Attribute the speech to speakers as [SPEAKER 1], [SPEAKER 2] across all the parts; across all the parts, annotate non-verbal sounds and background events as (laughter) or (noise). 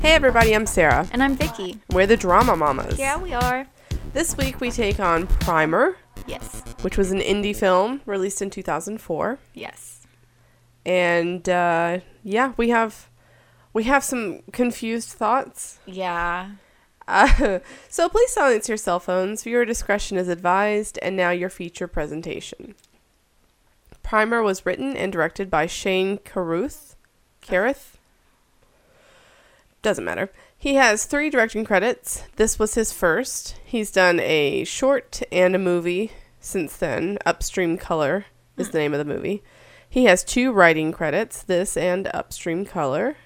[SPEAKER 1] Hey everybody, I'm Sarah.
[SPEAKER 2] And I'm Vicky.
[SPEAKER 1] We're the Drama Mamas.
[SPEAKER 2] Yeah, we are.
[SPEAKER 1] This week we take on Primer,
[SPEAKER 2] Yes.
[SPEAKER 1] which was an indie film released in 2004,
[SPEAKER 2] Yes.
[SPEAKER 1] and uh, yeah, we have we have some confused thoughts.
[SPEAKER 2] Yeah.
[SPEAKER 1] Uh, (laughs) so please silence your cell phones. Viewer discretion is advised. And now your feature presentation. Primer was written and directed by Shane Carruth. Carruth? Doesn't matter. He has three directing credits. This was his first. He's done a short and a movie since then. Upstream Color is the name of the movie. He has two writing credits this and Upstream Color.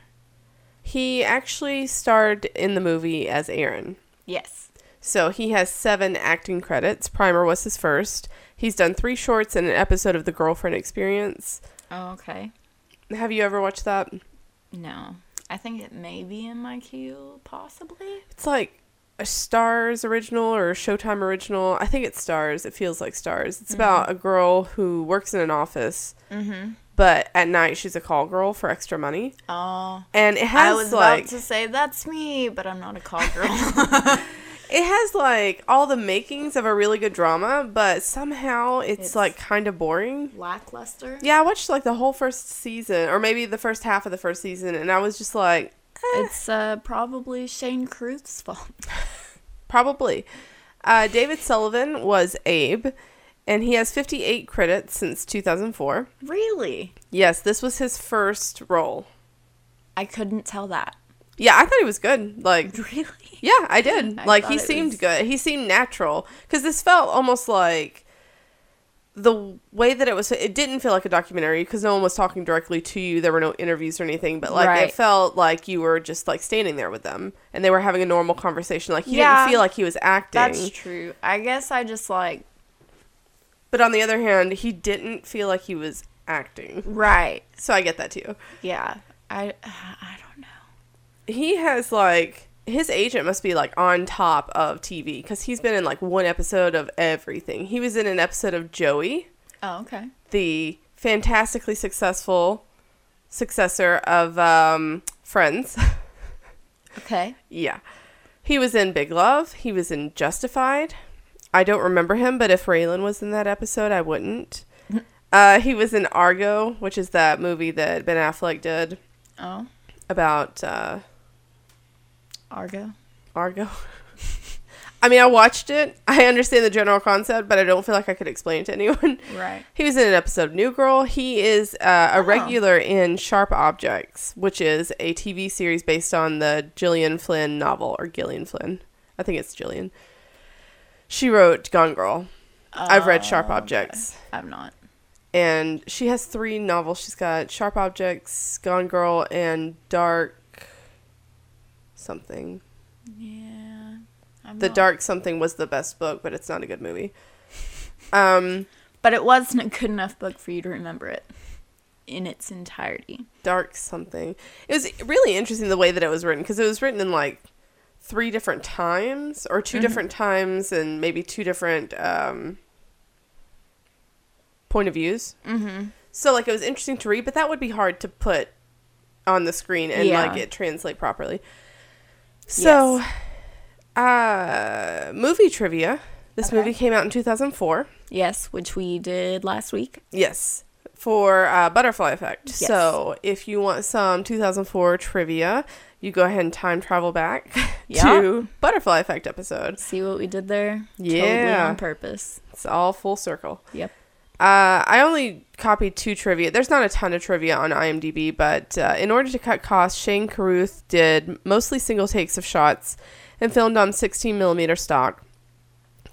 [SPEAKER 1] He actually starred in the movie as Aaron.
[SPEAKER 2] Yes.
[SPEAKER 1] So he has seven acting credits. Primer was his first. He's done three shorts and an episode of The Girlfriend Experience.
[SPEAKER 2] Oh, okay.
[SPEAKER 1] Have you ever watched that?
[SPEAKER 2] No. I think it may be in my queue, possibly.
[SPEAKER 1] It's like a Stars original or a Showtime original. I think it's Stars. It feels like Stars. It's about a girl who works in an office,
[SPEAKER 2] Mm-hmm.
[SPEAKER 1] but at night she's a call girl for extra money.
[SPEAKER 2] Oh.
[SPEAKER 1] And it
[SPEAKER 2] I
[SPEAKER 1] has
[SPEAKER 2] was
[SPEAKER 1] like
[SPEAKER 2] about to say that's me, but I'm not a call (laughs) girl.
[SPEAKER 1] It has like all the makings of a really good drama, but somehow it's,
[SPEAKER 2] It's-
[SPEAKER 1] like kind of boring.
[SPEAKER 2] Lackluster.
[SPEAKER 1] Yeah, I watched like the whole first season, or maybe the first half of the first season, and I was just like, eh,
[SPEAKER 2] It's uh, probably Shane Cruth's fault. (laughs)
[SPEAKER 1] probably. Uh, David Sullivan was Abe, and he has 58 credits since 2004.
[SPEAKER 2] Really?
[SPEAKER 1] Yes, this was his first role.
[SPEAKER 2] I couldn't tell that. (laughs)
[SPEAKER 1] Yeah, I thought he was good. Like,
[SPEAKER 2] Really?
[SPEAKER 1] Yeah, I did.
[SPEAKER 2] (laughs) I
[SPEAKER 1] like he
[SPEAKER 2] thought it
[SPEAKER 1] seemed
[SPEAKER 2] was-
[SPEAKER 1] good. He seemed natural because this felt almost like the way that it was. It didn't feel like a documentary because no one was talking directly to you. There were no interviews or anything, but like
[SPEAKER 2] Right.
[SPEAKER 1] it felt like you were just like standing there with them and they were having a normal conversation. Like he
[SPEAKER 2] Yeah.
[SPEAKER 1] didn't feel like he was acting.
[SPEAKER 2] That's true. I guess I just like
[SPEAKER 1] but on the other hand, he didn't feel like he was acting.
[SPEAKER 2] right.
[SPEAKER 1] So I get that too.
[SPEAKER 2] Yeah. I (sighs) I don't know.
[SPEAKER 1] He has like his agent must be like on top of TV because he's been in like one episode of everything. He was in an episode of Joey.
[SPEAKER 2] Oh, okay.
[SPEAKER 1] the fantastically successful successor of um, Friends. (laughs)
[SPEAKER 2] Okay.
[SPEAKER 1] yeah. He was in Big Love. He was in Justified. I don't remember him, but if Raylan was in that episode, I wouldn't. Uh, he was in Argo, which is that movie that Ben Affleck did
[SPEAKER 2] Oh,
[SPEAKER 1] about uh,
[SPEAKER 2] Argo.
[SPEAKER 1] Argo. (laughs) I mean, I watched it. I understand the general concept, but I don't feel like I could explain it to anyone. (laughs)
[SPEAKER 2] Right.
[SPEAKER 1] He was in an episode of New Girl. He is uh, a regular in Sharp Objects, which is a TV series based on the Gillian Flynn novel, or Gillian Flynn. I think it's Gillian. She wrote Gone Girl. I've read Sharp Objects.
[SPEAKER 2] I'm Uh, not.
[SPEAKER 1] And she has three novels. She's got Sharp Objects, Gone Girl, and Dark something.
[SPEAKER 2] Yeah. I'm
[SPEAKER 1] The
[SPEAKER 2] not.
[SPEAKER 1] Dark Something was the best book, but it's not a good movie. Um,
[SPEAKER 2] But it wasn't a good enough book for you to remember it in its entirety.
[SPEAKER 1] dark something. It was really interesting the way that it was written because it was written in like three different times or
[SPEAKER 2] Mm-hmm.
[SPEAKER 1] 2 different times and maybe two different um, point of views.
[SPEAKER 2] Mm-hmm.
[SPEAKER 1] So like it was interesting to read, but that would be hard to put on the screen and
[SPEAKER 2] Yeah.
[SPEAKER 1] like it translate properly. So, uh, movie trivia. This
[SPEAKER 2] Okay.
[SPEAKER 1] movie came out in 2004.
[SPEAKER 2] Yes, which we did last week.
[SPEAKER 1] Yes, for uh, Butterfly Effect.
[SPEAKER 2] Yes.
[SPEAKER 1] So if you want some 2004 trivia, you go ahead and time travel back (laughs)
[SPEAKER 2] Yeah.
[SPEAKER 1] to Butterfly Effect episode.
[SPEAKER 2] See what we did there? Totally
[SPEAKER 1] Yeah.
[SPEAKER 2] on purpose.
[SPEAKER 1] It's all full circle.
[SPEAKER 2] Yep.
[SPEAKER 1] Uh, I only copied two trivia. There's not a ton of trivia on IMDb, but uh, in order to cut costs, Shane Carruth did mostly single takes of shots and filmed on 16 millimeter stock.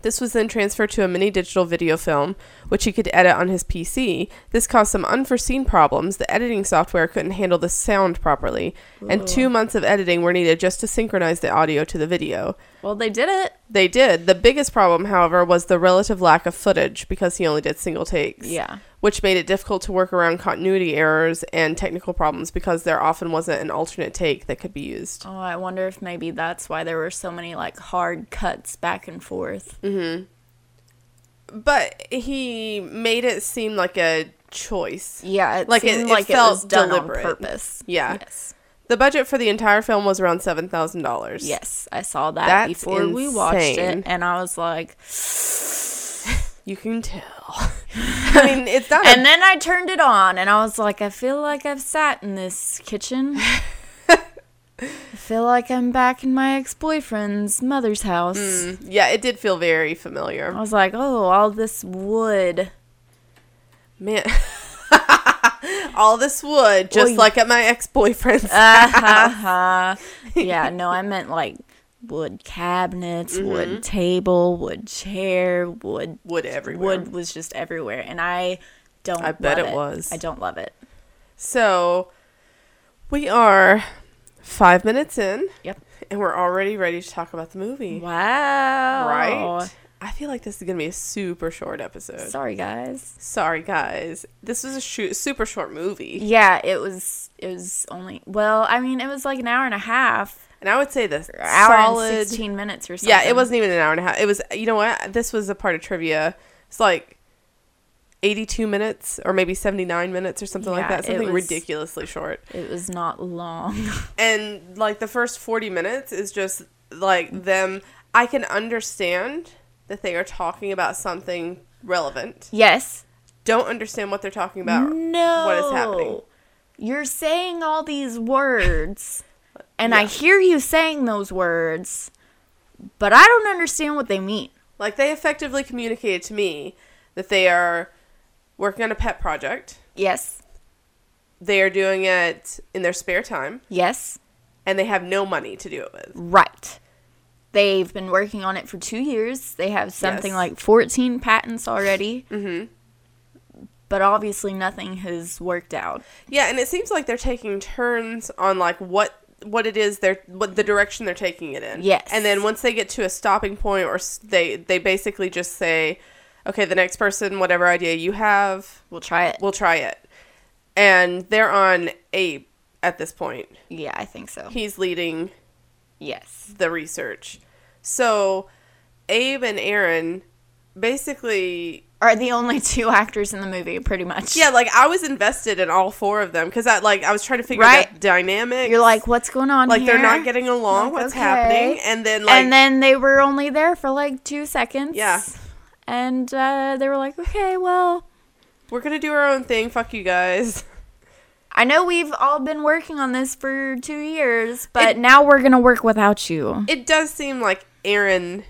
[SPEAKER 1] This was then transferred to a mini digital video film, which he could edit on his PC. This caused some unforeseen problems. The editing software couldn't handle the sound properly, and two months of editing were needed just to synchronize the audio to the video.
[SPEAKER 2] Well, they did it.
[SPEAKER 1] They did. The biggest problem, however, was the relative lack of footage because he only did single takes.
[SPEAKER 2] Yeah.
[SPEAKER 1] Which made it difficult to work around continuity errors and technical problems because there often wasn't an alternate take that could be used.
[SPEAKER 2] Oh, I wonder if maybe that's why there were so many like hard cuts back and forth.
[SPEAKER 1] But he made it seem like a choice.
[SPEAKER 2] Yeah, it
[SPEAKER 1] Like,
[SPEAKER 2] like
[SPEAKER 1] it-
[SPEAKER 2] seemed
[SPEAKER 1] it
[SPEAKER 2] like
[SPEAKER 1] felt
[SPEAKER 2] it was done
[SPEAKER 1] deliberate.
[SPEAKER 2] on purpose.
[SPEAKER 1] Yeah.
[SPEAKER 2] Yes.
[SPEAKER 1] The budget for the entire film was around seven thousand dollars.
[SPEAKER 2] Yes, I saw that
[SPEAKER 1] That's
[SPEAKER 2] before we watched
[SPEAKER 1] insane.
[SPEAKER 2] it, and I was like,
[SPEAKER 1] you can tell. I mean, it's not.
[SPEAKER 2] and then I turned it on, and I was like, I feel like I've sat in this
[SPEAKER 1] (laughs)
[SPEAKER 2] kitchen. I feel like I'm back in my ex-boyfriend's mother's house.
[SPEAKER 1] a, mm, yeah, it did feel very familiar.
[SPEAKER 2] I was like, oh, all this wood.
[SPEAKER 1] Man. (laughs) All this wood, just
[SPEAKER 2] Oy.
[SPEAKER 1] like at my ex boyfriend's.
[SPEAKER 2] Ah, ha, ha. yeah,
[SPEAKER 1] (laughs)
[SPEAKER 2] no, I meant like wood cabinets,
[SPEAKER 1] Mm-hmm.
[SPEAKER 2] wood table, wood chair, wood.
[SPEAKER 1] wood everywhere.
[SPEAKER 2] Wood was just everywhere, and I don't.
[SPEAKER 1] I bet
[SPEAKER 2] love
[SPEAKER 1] it was.
[SPEAKER 2] I don't love it.
[SPEAKER 1] So we are five minutes in.
[SPEAKER 2] Yep.
[SPEAKER 1] And we're already ready to talk about the movie.
[SPEAKER 2] Wow.
[SPEAKER 1] Right? I feel like this is going to be a super short episode.
[SPEAKER 2] Sorry, guys.
[SPEAKER 1] Sorry, guys. This was a shu- super short movie.
[SPEAKER 2] Yeah, it was. It was only. Well, I mean, it was like an hour and a half,
[SPEAKER 1] And I would say this
[SPEAKER 2] or hour and
[SPEAKER 1] solid.
[SPEAKER 2] sixteen minutes or something.
[SPEAKER 1] Yeah, it wasn't even an hour and a half. It was, you know what? This was a part of trivia. It's like 82 minutes or maybe 79 minutes or something like
[SPEAKER 2] Yeah,
[SPEAKER 1] that.
[SPEAKER 2] it
[SPEAKER 1] Something
[SPEAKER 2] was-
[SPEAKER 1] ridiculously short.
[SPEAKER 2] It was not long. (laughs)
[SPEAKER 1] And like the first 40 minutes is just like them. I can understand that they are talking about something relevant.
[SPEAKER 2] yes.
[SPEAKER 1] Don't understand what they're talking about.
[SPEAKER 2] no.
[SPEAKER 1] what is happening.
[SPEAKER 2] You're saying all these
[SPEAKER 1] (laughs)
[SPEAKER 2] words, and I hear you saying those words, but I don't understand what they mean.
[SPEAKER 1] Like they effectively communicated to me that they are working on a pet project.
[SPEAKER 2] Yes.
[SPEAKER 1] They are doing it in their spare time
[SPEAKER 2] Yes.
[SPEAKER 1] and they have no money to do it with.
[SPEAKER 2] Right. They've been working on it for two years. They have something
[SPEAKER 1] Yes.
[SPEAKER 2] like 14 patents already. mm-hmm. But obviously, nothing has worked out.
[SPEAKER 1] Yeah, and it seems like they're taking turns on like what what it is they're what the direction they're taking it in.
[SPEAKER 2] Yes.
[SPEAKER 1] And then once they get to a stopping point, or s- they they basically just say, okay, the next person, whatever idea you have,
[SPEAKER 2] We'll try it.
[SPEAKER 1] we'll try it. And they're on Abe at this point.
[SPEAKER 2] yeah, I think so.
[SPEAKER 1] He's leading
[SPEAKER 2] Yes.
[SPEAKER 1] the research. So Abe and Aaron basically
[SPEAKER 2] Are the only (laughs) two actors in the movie, pretty much.
[SPEAKER 1] yeah, like I was invested in all four of them because I like I was trying to figure out
[SPEAKER 2] Right.
[SPEAKER 1] that dynamic.
[SPEAKER 2] You're like, what's going on
[SPEAKER 1] like they're not
[SPEAKER 2] here?"
[SPEAKER 1] getting along.
[SPEAKER 2] Like,
[SPEAKER 1] what's
[SPEAKER 2] okay.
[SPEAKER 1] happening? And then like
[SPEAKER 2] and then they were only there for like two seconds.
[SPEAKER 1] Yeah.
[SPEAKER 2] And uh, they were like, okay, well,
[SPEAKER 1] we're gonna do our own thing. Fuck you guys. (laughs)
[SPEAKER 2] I know we've all been working on this for two years, but now we're going to work without you.
[SPEAKER 1] It does seem like Aaron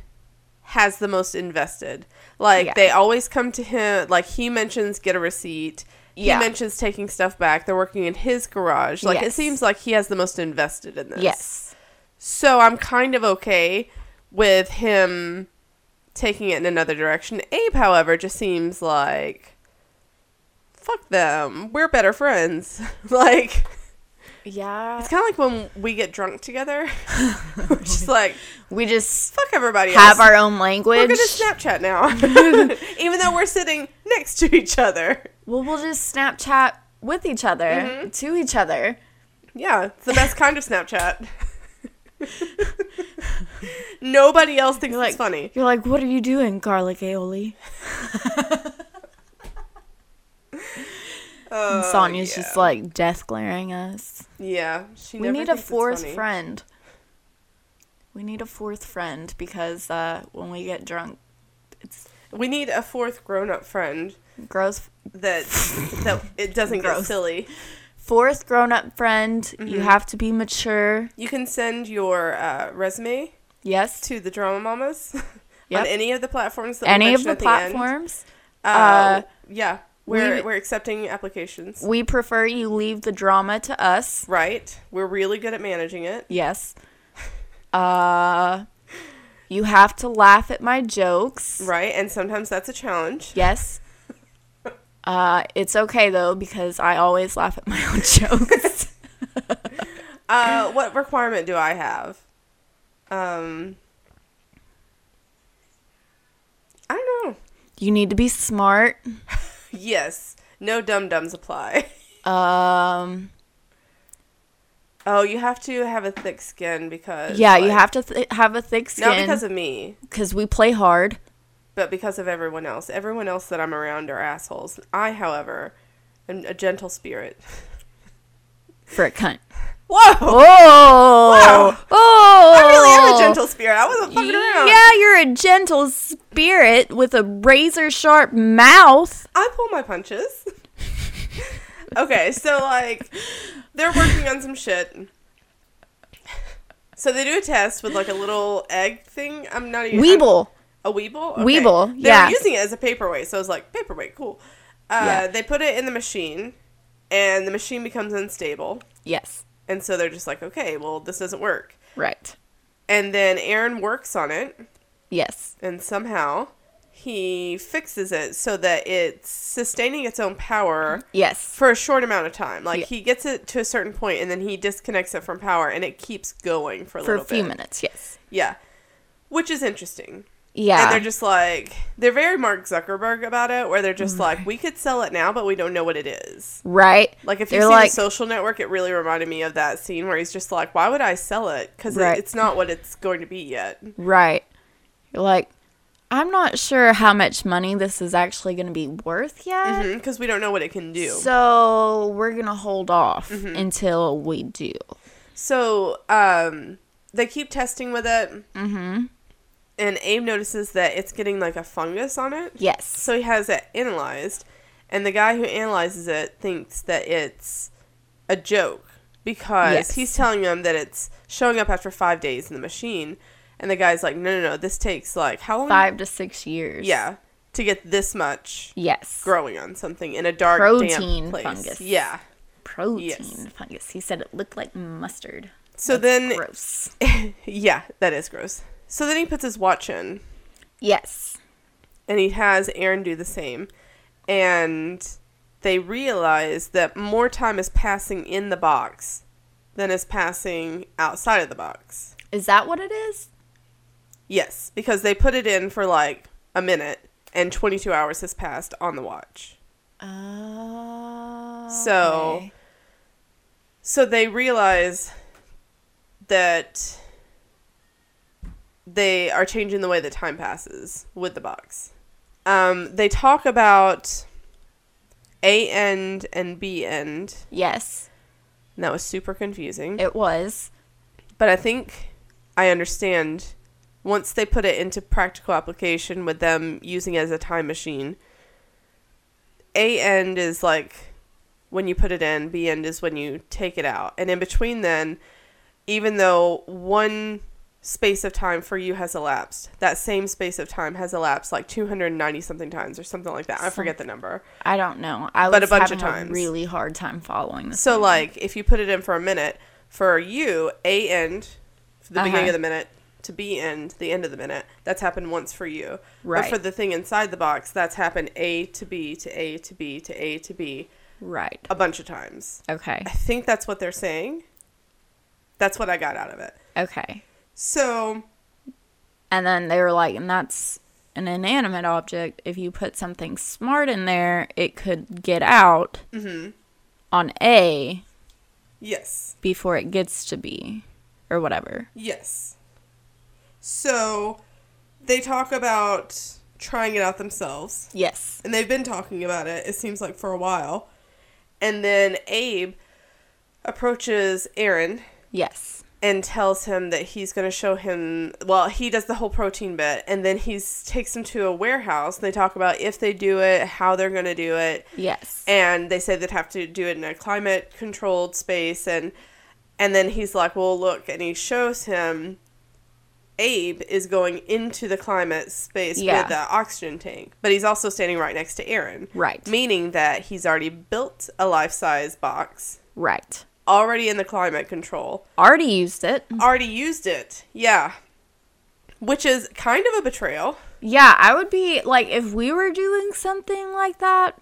[SPEAKER 1] has the most invested. Like
[SPEAKER 2] Yeah.
[SPEAKER 1] they always come to him. Like he mentions get a receipt. He
[SPEAKER 2] Yeah.
[SPEAKER 1] mentions taking stuff back. They're working in his garage. Like it
[SPEAKER 2] Yes.
[SPEAKER 1] seems like he has the most invested in this.
[SPEAKER 2] yes.
[SPEAKER 1] So I'm kind of okay with him taking it in another direction. Abe, however, just seems like fuck them. We're better friends. (laughs) like
[SPEAKER 2] Yeah.
[SPEAKER 1] it's kind of like when we get drunk together. (laughs) We're just like
[SPEAKER 2] We just
[SPEAKER 1] fuck everybody else.
[SPEAKER 2] have our own language.
[SPEAKER 1] we're gonna Snapchat
[SPEAKER 2] (laughs)
[SPEAKER 1] now, (laughs) even though we're sitting next to each other.
[SPEAKER 2] well, we'll just Snapchat with each other,
[SPEAKER 1] Mm-hmm.
[SPEAKER 2] to each other.
[SPEAKER 1] Yeah, it's the best kind of
[SPEAKER 2] (laughs)
[SPEAKER 1] Snapchat. (laughs) Nobody else thinks
[SPEAKER 2] You're like,
[SPEAKER 1] it's funny.
[SPEAKER 2] You're like, what are you doing, garlic aioli?
[SPEAKER 1] (laughs) Uh,
[SPEAKER 2] And
[SPEAKER 1] Oh,
[SPEAKER 2] Sonya's
[SPEAKER 1] yeah.
[SPEAKER 2] just like death glaring us.
[SPEAKER 1] Yeah, she
[SPEAKER 2] We
[SPEAKER 1] never
[SPEAKER 2] need a
[SPEAKER 1] thinks it's
[SPEAKER 2] fourth
[SPEAKER 1] funny.
[SPEAKER 2] friend. We need a fourth friend because uh, when we get drunk, it's
[SPEAKER 1] We need a fourth grown-up friend
[SPEAKER 2] gross.
[SPEAKER 1] that that it doesn't get
[SPEAKER 2] Gross.
[SPEAKER 1] silly.
[SPEAKER 2] Fourth grown up friend,
[SPEAKER 1] Mm-hmm.
[SPEAKER 2] you have to be mature.
[SPEAKER 1] You can send your uh, resume
[SPEAKER 2] Yes,
[SPEAKER 1] to the Drama Mamas (laughs)
[SPEAKER 2] Yep.
[SPEAKER 1] on any of the platforms. That
[SPEAKER 2] any
[SPEAKER 1] we
[SPEAKER 2] of
[SPEAKER 1] mention
[SPEAKER 2] the
[SPEAKER 1] at end.
[SPEAKER 2] platforms.
[SPEAKER 1] Uh,
[SPEAKER 2] Uh,
[SPEAKER 1] yeah, we're
[SPEAKER 2] we-
[SPEAKER 1] we're accepting applications.
[SPEAKER 2] We prefer you leave the drama to us.
[SPEAKER 1] Right, we're really good at managing it.
[SPEAKER 2] Yes. Uh, you have to laugh at my jokes.
[SPEAKER 1] Right, and sometimes that's a challenge.
[SPEAKER 2] Yes. Uh, it's okay though because I always laugh at my own (laughs) jokes. (clears throat)
[SPEAKER 1] Uh, what requirement do I have? Um, I don't know.
[SPEAKER 2] you need to be smart.
[SPEAKER 1] Yes, no dum dums apply. (laughs)
[SPEAKER 2] Um.
[SPEAKER 1] Oh, you have to have a thick skin because
[SPEAKER 2] Yeah, you
[SPEAKER 1] like-
[SPEAKER 2] have to th- have a thick
[SPEAKER 1] not
[SPEAKER 2] skin
[SPEAKER 1] because of me,
[SPEAKER 2] because we play hard.
[SPEAKER 1] but because of everyone else. Everyone else that I'm around are assholes. I, however, am a gentle spirit.
[SPEAKER 2] For a cunt.
[SPEAKER 1] (laughs) Whoa!
[SPEAKER 2] Oh, oh!
[SPEAKER 1] I really am a gentle spirit. I wasn't fucking around.
[SPEAKER 2] Yeah, you're a gentle spirit with a razor sharp mouth.
[SPEAKER 1] I pull my punches. (laughs) okay, so like they're working on some shit. So they do a test with like a little egg thing. I'm not even I'm-
[SPEAKER 2] Weeble.
[SPEAKER 1] a Weeble? Okay.
[SPEAKER 2] Weeble,
[SPEAKER 1] They
[SPEAKER 2] yeah.
[SPEAKER 1] were using it as a paperweight, so I was like, paperweight, cool. Uh,
[SPEAKER 2] Yeah.
[SPEAKER 1] They put it in the machine, and the machine becomes unstable.
[SPEAKER 2] Yes.
[SPEAKER 1] And so they're just like, okay, well, this doesn't work.
[SPEAKER 2] Right.
[SPEAKER 1] And then Aaron works on it,
[SPEAKER 2] Yes.
[SPEAKER 1] and somehow he fixes it so that it's sustaining its own power
[SPEAKER 2] Yes.
[SPEAKER 1] for a short amount of time. Like
[SPEAKER 2] Yeah.
[SPEAKER 1] he gets it to a certain point, and then he disconnects it from power, and it keeps going for a
[SPEAKER 2] For
[SPEAKER 1] little
[SPEAKER 2] a few
[SPEAKER 1] bit.
[SPEAKER 2] minutes. Yes.
[SPEAKER 1] Yeah, which is interesting.
[SPEAKER 2] Yeah.
[SPEAKER 1] And they're just like, they're very Mark Zuckerberg about it, where they're
[SPEAKER 2] Mm-hmm.
[SPEAKER 1] just like, we could sell it now, but we don't know what it is.
[SPEAKER 2] right.
[SPEAKER 1] Like, if
[SPEAKER 2] They're
[SPEAKER 1] you've seen
[SPEAKER 2] like,
[SPEAKER 1] the social network, it really reminded me of that scene where he's just like, why would I sell it? Because
[SPEAKER 2] Right. Mm-hmm.
[SPEAKER 1] it's not what it's going to be yet.
[SPEAKER 2] Right. You're like, I'm not sure how much money this is actually going to be worth yet.
[SPEAKER 1] Because we don't know what it can Mm-hmm. do. Mm-hmm. So,
[SPEAKER 2] So we're going to hold off until we do.
[SPEAKER 1] um, they keep testing with it. Mm-hmm. And Abe notices that it's getting like a fungus on it.
[SPEAKER 2] Yes.
[SPEAKER 1] So he has it analyzed, and the guy who analyzes it thinks that it's a joke because
[SPEAKER 2] Yes.
[SPEAKER 1] he's telling them that it's showing up after five days in the machine, and the guy's like, "No, no, no, this takes like how long?
[SPEAKER 2] Five to six years.
[SPEAKER 1] yeah, to get this much
[SPEAKER 2] Yes.
[SPEAKER 1] growing on something in a dark,
[SPEAKER 2] Protein
[SPEAKER 1] damp place.
[SPEAKER 2] fungus.
[SPEAKER 1] Yeah."
[SPEAKER 2] Protein
[SPEAKER 1] Yes.
[SPEAKER 2] fungus. He said it looked like mustard.
[SPEAKER 1] So then,
[SPEAKER 2] Gross.
[SPEAKER 1] (laughs) yeah, that is gross. So then he puts his watch in,
[SPEAKER 2] Yes.
[SPEAKER 1] and he has Aaron do the same. And they realize that more time is passing in the box than is passing outside of the box.
[SPEAKER 2] Is that what it is?
[SPEAKER 1] Yes, because they put it in for like a minute and 22 hours has passed on the watch.
[SPEAKER 2] Oh.
[SPEAKER 1] So-
[SPEAKER 2] okay.
[SPEAKER 1] So they realize that they are changing the way that time passes with the box. Um, they talk about A end and B end.
[SPEAKER 2] Yes,
[SPEAKER 1] And that was super confusing.
[SPEAKER 2] it was.
[SPEAKER 1] but I think I understand once they put it into practical application with them using it as a time machine. A end is like when you put it in, B end is when you take it out. And in between then, even though one space of time for you has elapsed, that same space of time has elapsed like 290 something times or something like that. I forget the number.
[SPEAKER 2] I don't know. I was
[SPEAKER 1] But a bunch of
[SPEAKER 2] having
[SPEAKER 1] times.
[SPEAKER 2] a really hard time following this.
[SPEAKER 1] So like if you put it in for a minute, for you, A end, for the beginning
[SPEAKER 2] Uh-huh.
[SPEAKER 1] of the minute, to B end, the end of the minute, that's happened once for you. But
[SPEAKER 2] Right.
[SPEAKER 1] for the thing inside the box, that's happened A to B to A to B to A to B
[SPEAKER 2] right.
[SPEAKER 1] a bunch of times.
[SPEAKER 2] Okay.
[SPEAKER 1] I think that's what they're saying. That's what I got out of it.
[SPEAKER 2] Okay.
[SPEAKER 1] So
[SPEAKER 2] And then they were like, and that's an inanimate object. If you put something smart in there, it could get out
[SPEAKER 1] Mm-hmm.
[SPEAKER 2] on A
[SPEAKER 1] yes.
[SPEAKER 2] before it gets to B or whatever.
[SPEAKER 1] Yes. So they talk about trying it out themselves.
[SPEAKER 2] Yes.
[SPEAKER 1] and they've been talking about it it seems like for a while and then abe approaches aaron
[SPEAKER 2] Yes.
[SPEAKER 1] and tells him that he's going to show him well he does the whole protein bit and then he takes him to a warehouse and they talk about if they do it how they're going to do it
[SPEAKER 2] Yes.
[SPEAKER 1] and they say they'd have to do it in a climate controlled space and and then he's like well look and he shows him abe is going into the climate space
[SPEAKER 2] Yeah.
[SPEAKER 1] with the oxygen tank but he's also standing right next to aaron
[SPEAKER 2] Right.
[SPEAKER 1] meaning that he's already built a life-size box
[SPEAKER 2] right.
[SPEAKER 1] already in the climate control
[SPEAKER 2] Already used it.
[SPEAKER 1] already used it yeah which is kind of a betrayal
[SPEAKER 2] Yeah, I would be like if we were doing something like that.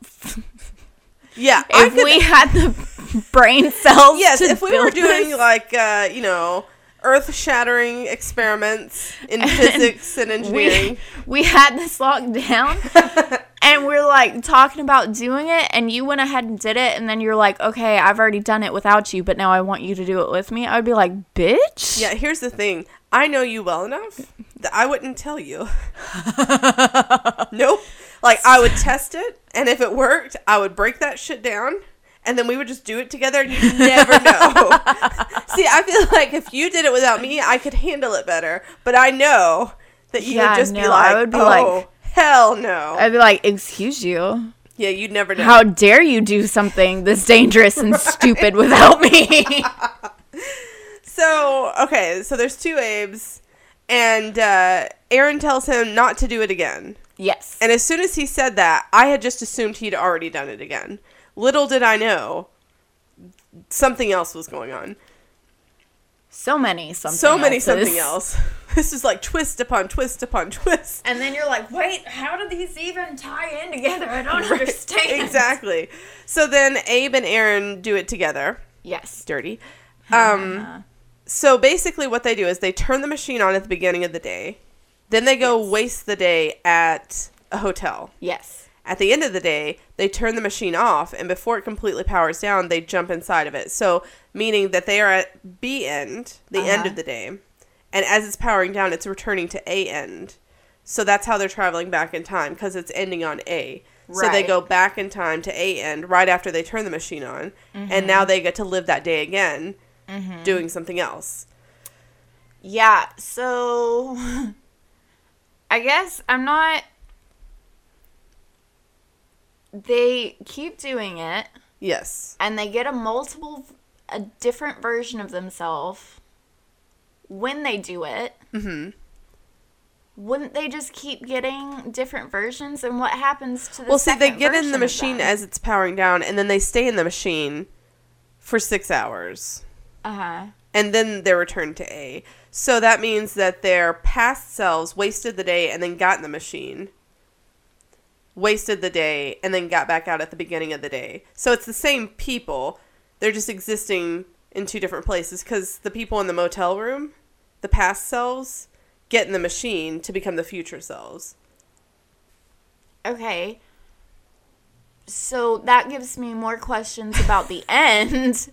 [SPEAKER 1] yeah I
[SPEAKER 2] If
[SPEAKER 1] could-
[SPEAKER 2] we had the (laughs) brain cells.
[SPEAKER 1] Yes,
[SPEAKER 2] to
[SPEAKER 1] if we were
[SPEAKER 2] build
[SPEAKER 1] doing
[SPEAKER 2] this-
[SPEAKER 1] like uh, you know earth-shattering experiments
[SPEAKER 2] (laughs)
[SPEAKER 1] in physics and engineering,
[SPEAKER 2] we, we had this locked
[SPEAKER 1] (laughs)
[SPEAKER 2] down and we're like talking about doing it and you went ahead and did it and then you're like okay i've already done it without you but now i want you to do it with me i would be like bitch
[SPEAKER 1] yeah. Here's the thing: I know you well enough that I wouldn't tell
[SPEAKER 2] (laughs)
[SPEAKER 1] you. nope. Like I would test it, and if it worked, I would break that shit down and then we would just do it together and you'd never
[SPEAKER 2] (laughs)
[SPEAKER 1] know. See, I feel like if you did it without me, I could handle it better. But I know that you
[SPEAKER 2] Yeah,
[SPEAKER 1] would just be
[SPEAKER 2] no,
[SPEAKER 1] like,
[SPEAKER 2] I would be
[SPEAKER 1] oh,
[SPEAKER 2] like-
[SPEAKER 1] hell no.
[SPEAKER 2] I'd be like, excuse you.
[SPEAKER 1] yeah, you'd never know.
[SPEAKER 2] How dare you do something this dangerous
[SPEAKER 1] (laughs)
[SPEAKER 2] and stupid without me? (laughs)
[SPEAKER 1] So, okay, so there's two Abe's, and uh, Aaron tells him not to do it again.
[SPEAKER 2] yes.
[SPEAKER 1] And as soon as he said that, I had just assumed he'd already done it again. Little did I know something else was going on.
[SPEAKER 2] so many something
[SPEAKER 1] so many
[SPEAKER 2] else's.
[SPEAKER 1] something else. (laughs) This is like twist upon twist upon twist.
[SPEAKER 2] And then you're like, wait, how do these even tie in together? (laughs)
[SPEAKER 1] (laughs)
[SPEAKER 2] I don't understand.
[SPEAKER 1] Exactly. So then Abe and Aaron do it together.
[SPEAKER 2] Yes.
[SPEAKER 1] Dirty. Um, so basically, what they do is they turn the machine on at the beginning of the day. Then they go waste the day at a hotel.
[SPEAKER 2] Yes.
[SPEAKER 1] At the end of the day, they turn the machine off, and before it completely powers down, they jump inside of it. So, meaning that they are at B end, the end
[SPEAKER 2] Uh-huh.
[SPEAKER 1] of the day, and as it's powering down, it's returning to A end. So that's how they're traveling back in time because it's ending on A. So they
[SPEAKER 2] Right.
[SPEAKER 1] go back in time to A end right after they turn the machine on, and
[SPEAKER 2] Mm-hmm.
[SPEAKER 1] now they get to live that day again, doing something else.
[SPEAKER 2] Yeah. So (laughs) I guess I'm not. They keep doing it
[SPEAKER 1] Yes,
[SPEAKER 2] and they get a multiple, a different version of themselves when they do it. Mm-hmm. Wouldn't they just keep getting different versions? And what happens to the
[SPEAKER 1] well, see, they
[SPEAKER 2] second
[SPEAKER 1] get in
[SPEAKER 2] version
[SPEAKER 1] the
[SPEAKER 2] of
[SPEAKER 1] machine
[SPEAKER 2] them?
[SPEAKER 1] as it's powering down, and then they stay in the machine for six hours.
[SPEAKER 2] uh-huh.
[SPEAKER 1] and then they're returned to A. So that means that their past selves wasted the day and then got in the machine. Wasted the day and then got back out at the beginning of the day. So it's the same people. They're just existing in two different places because the people in the motel room, the past selves, get in the machine to become the future selves.
[SPEAKER 2] Okay. So that gives me more questions about the (laughs) end.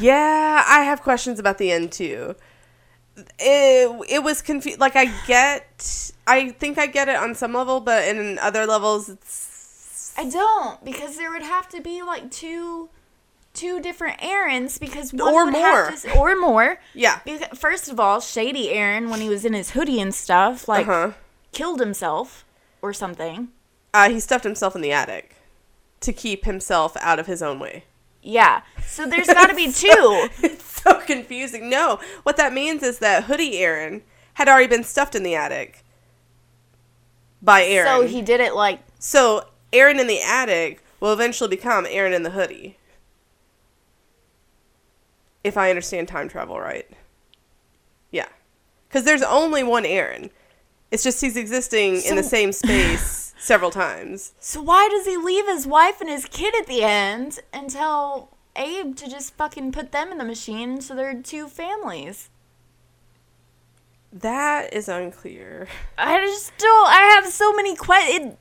[SPEAKER 1] Yeah, I have questions about the end too. It, it was confused. Like I get, I think I get it on some level, but in other levels, it's
[SPEAKER 2] I don't because there would have to be like two two different errands because one
[SPEAKER 1] Or
[SPEAKER 2] would have
[SPEAKER 1] more.
[SPEAKER 2] to s- or more.
[SPEAKER 1] yeah,
[SPEAKER 2] Because first of all, shady Aaron when he was in his hoodie and stuff like
[SPEAKER 1] uh-huh.
[SPEAKER 2] killed himself or something.
[SPEAKER 1] uh He stuffed himself in the attic to keep himself out of his own way. (laughs)
[SPEAKER 2] Yeah. So there's got to be two.
[SPEAKER 1] It's so confusing. No, what that means is that Hoodie Aaron had already been stuffed in the attic by Aaron.
[SPEAKER 2] So he did it like
[SPEAKER 1] So Aaron in the attic will eventually become Aaron in the hoodie. If I understand time travel right. Yeah. Cuz there's only one Aaron. It's just he's existing in the
[SPEAKER 2] So-
[SPEAKER 1] same space several times.
[SPEAKER 2] So why does he leave his wife and his kid at the end and tell Abe to just fucking put them in the machine so they're two families?
[SPEAKER 1] That is unclear.
[SPEAKER 2] I just don't. I have so many questions.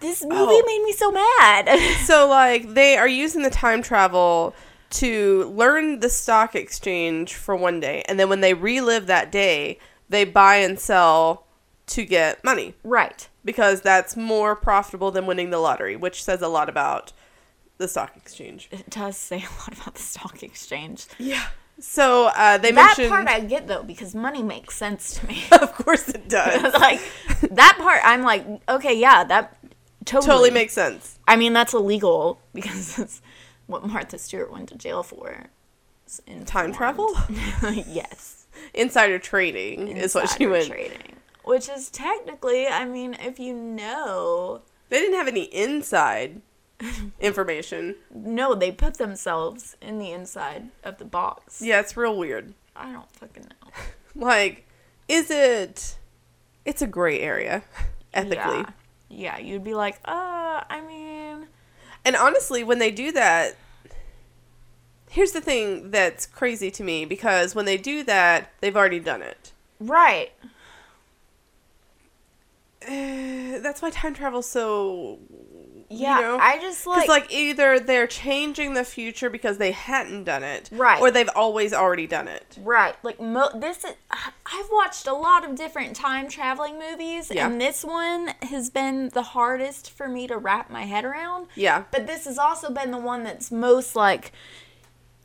[SPEAKER 2] This movie
[SPEAKER 1] Oh.
[SPEAKER 2] made me so mad. (laughs)
[SPEAKER 1] So like they are using the time travel to learn the stock exchange for one day and then when they relive that day, they buy and sell to get money.
[SPEAKER 2] right.
[SPEAKER 1] because that's more profitable than winning the lottery, which says a lot about the stock exchange.
[SPEAKER 2] It does say a lot about the stock exchange.
[SPEAKER 1] Yeah. So uh, they
[SPEAKER 2] that
[SPEAKER 1] mentioned,
[SPEAKER 2] part I get though because money makes sense to
[SPEAKER 1] (laughs)
[SPEAKER 2] me. (laughs)
[SPEAKER 1] of course, it does.
[SPEAKER 2] like that part, I'm like, okay, yeah, that totally,
[SPEAKER 1] totally makes sense.
[SPEAKER 2] I mean, that's illegal because (laughs) it's what Martha Stewart went to jail for. It's in
[SPEAKER 1] Time travel,
[SPEAKER 2] Vermont. (laughs) yes.
[SPEAKER 1] insider trading is what she
[SPEAKER 2] Insider
[SPEAKER 1] went.
[SPEAKER 2] Trading. Which is technically, I mean, if you know,
[SPEAKER 1] They didn't have any
[SPEAKER 2] (laughs)
[SPEAKER 1] inside information.
[SPEAKER 2] no, they put themselves in the inside of the box.
[SPEAKER 1] Yeah, it's real weird.
[SPEAKER 2] I don't fucking know.
[SPEAKER 1] Like, is it? It's a gray area, ethically.
[SPEAKER 2] Yeah. Yeah, you'd be like, uh, I mean,
[SPEAKER 1] And honestly, when they do that, here's the thing that's crazy to me because when they do that, they've already done it.
[SPEAKER 2] right.
[SPEAKER 1] Uh, that's why time travel's so
[SPEAKER 2] Yeah,
[SPEAKER 1] you know?
[SPEAKER 2] I just
[SPEAKER 1] Because
[SPEAKER 2] like,
[SPEAKER 1] like, either they're changing the future because they hadn't done it,
[SPEAKER 2] Right.
[SPEAKER 1] Or they've always already done it.
[SPEAKER 2] right. Like mo- this is I've watched a lot of different time traveling movies
[SPEAKER 1] Yeah.
[SPEAKER 2] and this one has been the hardest for me to wrap my head around.
[SPEAKER 1] Yeah,
[SPEAKER 2] But this has also been the one that's most like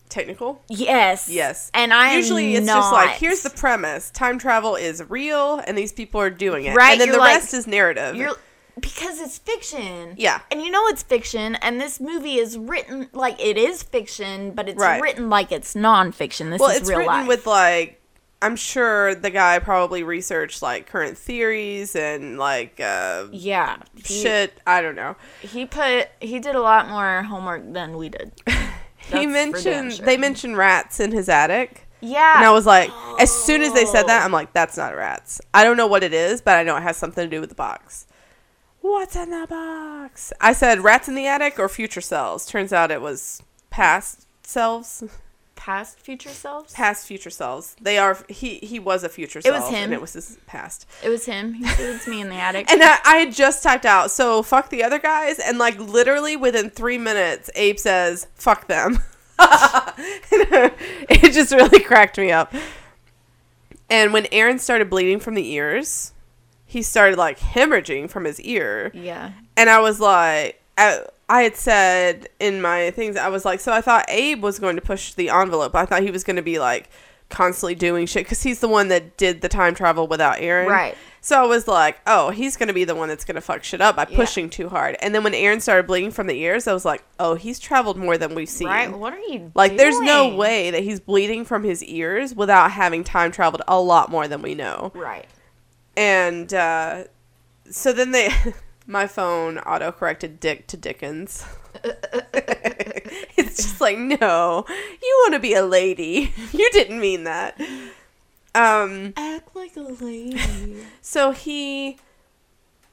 [SPEAKER 1] technical.
[SPEAKER 2] yes.
[SPEAKER 1] Yes.
[SPEAKER 2] And I am
[SPEAKER 1] Usually it's just like
[SPEAKER 2] not.
[SPEAKER 1] here's the premise: time travel is real, and these people are doing it.
[SPEAKER 2] Right,
[SPEAKER 1] and then
[SPEAKER 2] you're
[SPEAKER 1] the
[SPEAKER 2] like-
[SPEAKER 1] rest is narrative.
[SPEAKER 2] You're because it's fiction.
[SPEAKER 1] Yeah.
[SPEAKER 2] And you know it's fiction and this movie is written like it is fiction, but it's
[SPEAKER 1] Right.
[SPEAKER 2] written like it's nonfiction. This
[SPEAKER 1] well,
[SPEAKER 2] is
[SPEAKER 1] it's
[SPEAKER 2] real
[SPEAKER 1] written
[SPEAKER 2] life.
[SPEAKER 1] with like I'm sure the guy probably researched like current theories and like uh,
[SPEAKER 2] yeah. He-
[SPEAKER 1] shit. I don't know.
[SPEAKER 2] He put he did a lot more homework than we did. That's
[SPEAKER 1] (laughs) he
[SPEAKER 2] for damn
[SPEAKER 1] mentioned
[SPEAKER 2] sure.
[SPEAKER 1] they mentioned rats in his attic.
[SPEAKER 2] Yeah.
[SPEAKER 1] And I was like, as soon as they said that, I'm like, that's not rats. I don't know what it is, but I know it has something to do with the box. What's in the box? I said rats in the attic or future selves. Turns out it was past selves,
[SPEAKER 2] past future selves.
[SPEAKER 1] past future selves. They are he he was a future
[SPEAKER 2] It
[SPEAKER 1] self
[SPEAKER 2] was him.
[SPEAKER 1] and it was his past.
[SPEAKER 2] It was him. He shoots me in the attic.
[SPEAKER 1] (laughs) And I, I had just typed out, so fuck the other guys, and like literally within three minutes, Abe says, fuck them. (laughs) uh, it just really cracked me up. And when Aaron started bleeding from the ears, he started like hemorrhaging from his ear.
[SPEAKER 2] yeah.
[SPEAKER 1] And I was like, I, I had said in my things, I was like, so I thought Abe was going to push the envelope. I thought he was going to be like constantly doing shit because he's the one that did the time travel without Aaron.
[SPEAKER 2] Right.
[SPEAKER 1] So I was like, oh, he's going to be the one that's going to fuck shit up by
[SPEAKER 2] Yeah.
[SPEAKER 1] pushing too hard. And then when Aaron started bleeding from the ears, I was like, oh, he's traveled more than we've seen.
[SPEAKER 2] Right. What are you
[SPEAKER 1] Like, there's no
[SPEAKER 2] doing?
[SPEAKER 1] way that he's bleeding from his ears without having time traveled a lot more than we know
[SPEAKER 2] Right.
[SPEAKER 1] and uh, so then they (laughs) my phone auto corrected dick to
[SPEAKER 2] (laughs)
[SPEAKER 1] dickens it's just like no you want to be a lady (laughs) you didn't mean that um
[SPEAKER 2] Act like a lady.
[SPEAKER 1] so he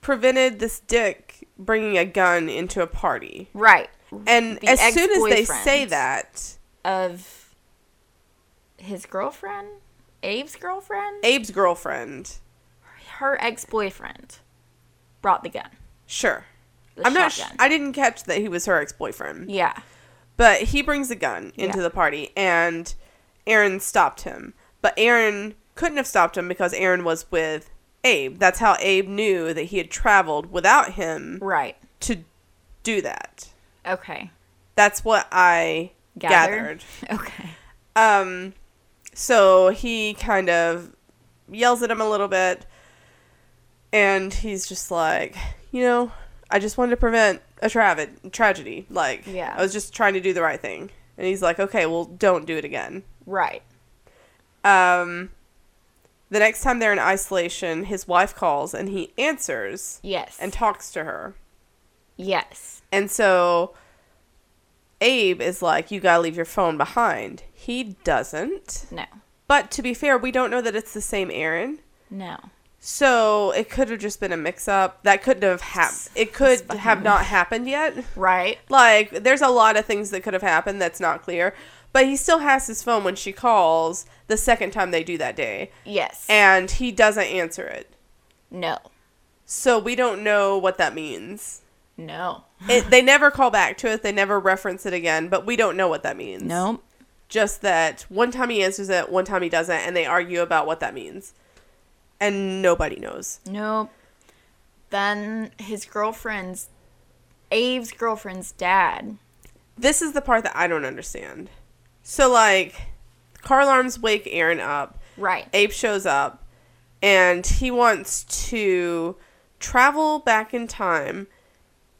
[SPEAKER 1] prevented this dick bringing a gun into a party
[SPEAKER 2] right.
[SPEAKER 1] and
[SPEAKER 2] The
[SPEAKER 1] as soon as they
[SPEAKER 2] ex-boyfriend.
[SPEAKER 1] say that
[SPEAKER 2] Of his girlfriend, Abe's girlfriend,
[SPEAKER 1] abe's girlfriend
[SPEAKER 2] her ex-boyfriend brought the gun.
[SPEAKER 1] sure
[SPEAKER 2] The
[SPEAKER 1] i'm not sh-
[SPEAKER 2] shotgun.
[SPEAKER 1] i didn't catch that he was her ex-boyfriend
[SPEAKER 2] yeah.
[SPEAKER 1] But he brings a gun into
[SPEAKER 2] Yeah.
[SPEAKER 1] the party, and Aaron stopped him. But Aaron couldn't have stopped him because Aaron was with Abe. That's how Abe knew that he had traveled without him
[SPEAKER 2] Right.
[SPEAKER 1] to do that.
[SPEAKER 2] Okay.
[SPEAKER 1] That's what I
[SPEAKER 2] Gathered?
[SPEAKER 1] gathered.
[SPEAKER 2] (laughs) Okay.
[SPEAKER 1] Um, so he kind of yells at him a little bit, and he's just like, you know, I just wanted to prevent a tra- tragedy. Like,
[SPEAKER 2] Yeah.
[SPEAKER 1] I was just trying to do the right thing. And he's like, okay, well, don't do it again.
[SPEAKER 2] Right.
[SPEAKER 1] Um, the next time they're in isolation, his wife calls and he answers
[SPEAKER 2] Yes.
[SPEAKER 1] and talks to her.
[SPEAKER 2] yes.
[SPEAKER 1] And so Abe is like, you gotta leave your phone behind. He doesn't.
[SPEAKER 2] No.
[SPEAKER 1] But to be fair, we don't know that it's the same Aaron.
[SPEAKER 2] No.
[SPEAKER 1] So it could have just been a mix up. That couldn't have happened. It could have not happened yet.
[SPEAKER 2] Right.
[SPEAKER 1] Like, there's a lot of things that could have happened that's not clear. But he still has his phone when she calls the second time they do that day.
[SPEAKER 2] Yes.
[SPEAKER 1] And he doesn't answer it.
[SPEAKER 2] no.
[SPEAKER 1] So we don't know what that means.
[SPEAKER 2] No.
[SPEAKER 1] It, they never call back to it. They never reference it again. But we don't know what that means.
[SPEAKER 2] No.
[SPEAKER 1] just that one time he answers it, one time he doesn't, and they argue about what that means. And nobody knows.
[SPEAKER 2] Nope. Then his girlfriend's, Abe's girlfriend's dad.
[SPEAKER 1] This is the part that I don't understand. So, like, car alarms wake Aaron up.
[SPEAKER 2] Right.
[SPEAKER 1] Abe shows up, and he wants to travel back in time.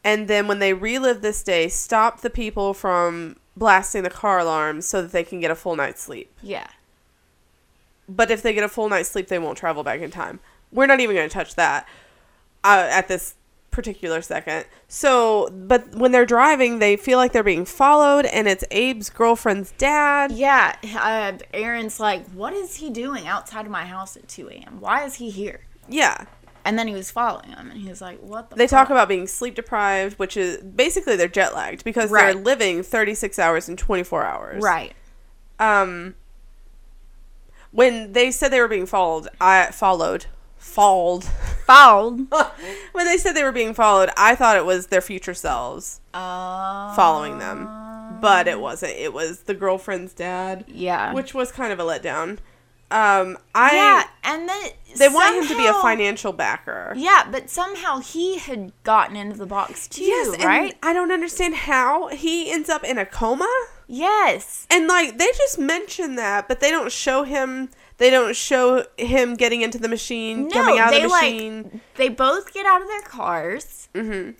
[SPEAKER 1] And then, when they relive this day, stop the people from blasting the car alarms so that they can get a full night's sleep.
[SPEAKER 2] yeah.
[SPEAKER 1] but if they get a full night's sleep, they won't travel back in time. We're not even going to touch that uh, at this particular second. So, but when they're driving, they feel like they're being followed, and it's Abe's girlfriend's dad.
[SPEAKER 2] Yeah. Uh, Aaron's like, what is he doing outside of my house at 2 a.m.? Why is he here?
[SPEAKER 1] Yeah.
[SPEAKER 2] And then he was following him, and he was like, what the
[SPEAKER 1] They
[SPEAKER 2] fuck?
[SPEAKER 1] talk about being sleep deprived, which is basically they're jet lagged because
[SPEAKER 2] Right.
[SPEAKER 1] they're living 36 hours and 24 hours.
[SPEAKER 2] Right.
[SPEAKER 1] Um, when they said they were being followed, I followed, followed.
[SPEAKER 2] fouled.
[SPEAKER 1] (laughs) when they said they were being followed, I thought it was their future selves
[SPEAKER 2] Uh,
[SPEAKER 1] following them, but it wasn't. It was the girlfriend's dad,
[SPEAKER 2] yeah.
[SPEAKER 1] which was kind of a letdown. Um, I
[SPEAKER 2] yeah, and then
[SPEAKER 1] they want him to be a
[SPEAKER 2] somehow-
[SPEAKER 1] financial backer.
[SPEAKER 2] Yeah, but somehow he had gotten into the box too,
[SPEAKER 1] Yes, and
[SPEAKER 2] right?
[SPEAKER 1] I don't understand how he ends up in a coma.
[SPEAKER 2] Yes.
[SPEAKER 1] And like they just mention that, but they don't show him. They don't show him getting into the machine,
[SPEAKER 2] No,
[SPEAKER 1] coming out of
[SPEAKER 2] they
[SPEAKER 1] the machine. Mm-hmm.
[SPEAKER 2] like they both get out of their cars, and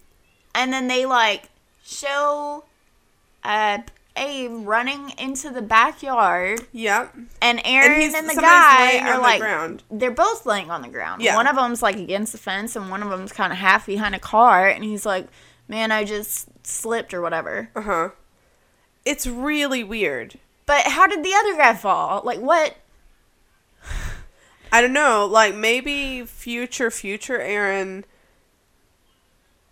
[SPEAKER 2] then they like show uh, a running into the backyard,
[SPEAKER 1] yep.
[SPEAKER 2] and Aaron
[SPEAKER 1] he's-
[SPEAKER 2] and, the
[SPEAKER 1] somebody's
[SPEAKER 2] guy
[SPEAKER 1] laying on
[SPEAKER 2] are
[SPEAKER 1] the
[SPEAKER 2] like
[SPEAKER 1] ground.
[SPEAKER 2] they're both laying on the ground.
[SPEAKER 1] Yeah.
[SPEAKER 2] One of them's like against the fence, and one of them's kind of half behind a car, and he's like, "Man, I just slipped or whatever."
[SPEAKER 1] Uh huh. It's really weird.
[SPEAKER 2] But how did the other guy fall? Like what?
[SPEAKER 1] I don't know, like maybe future future Aaron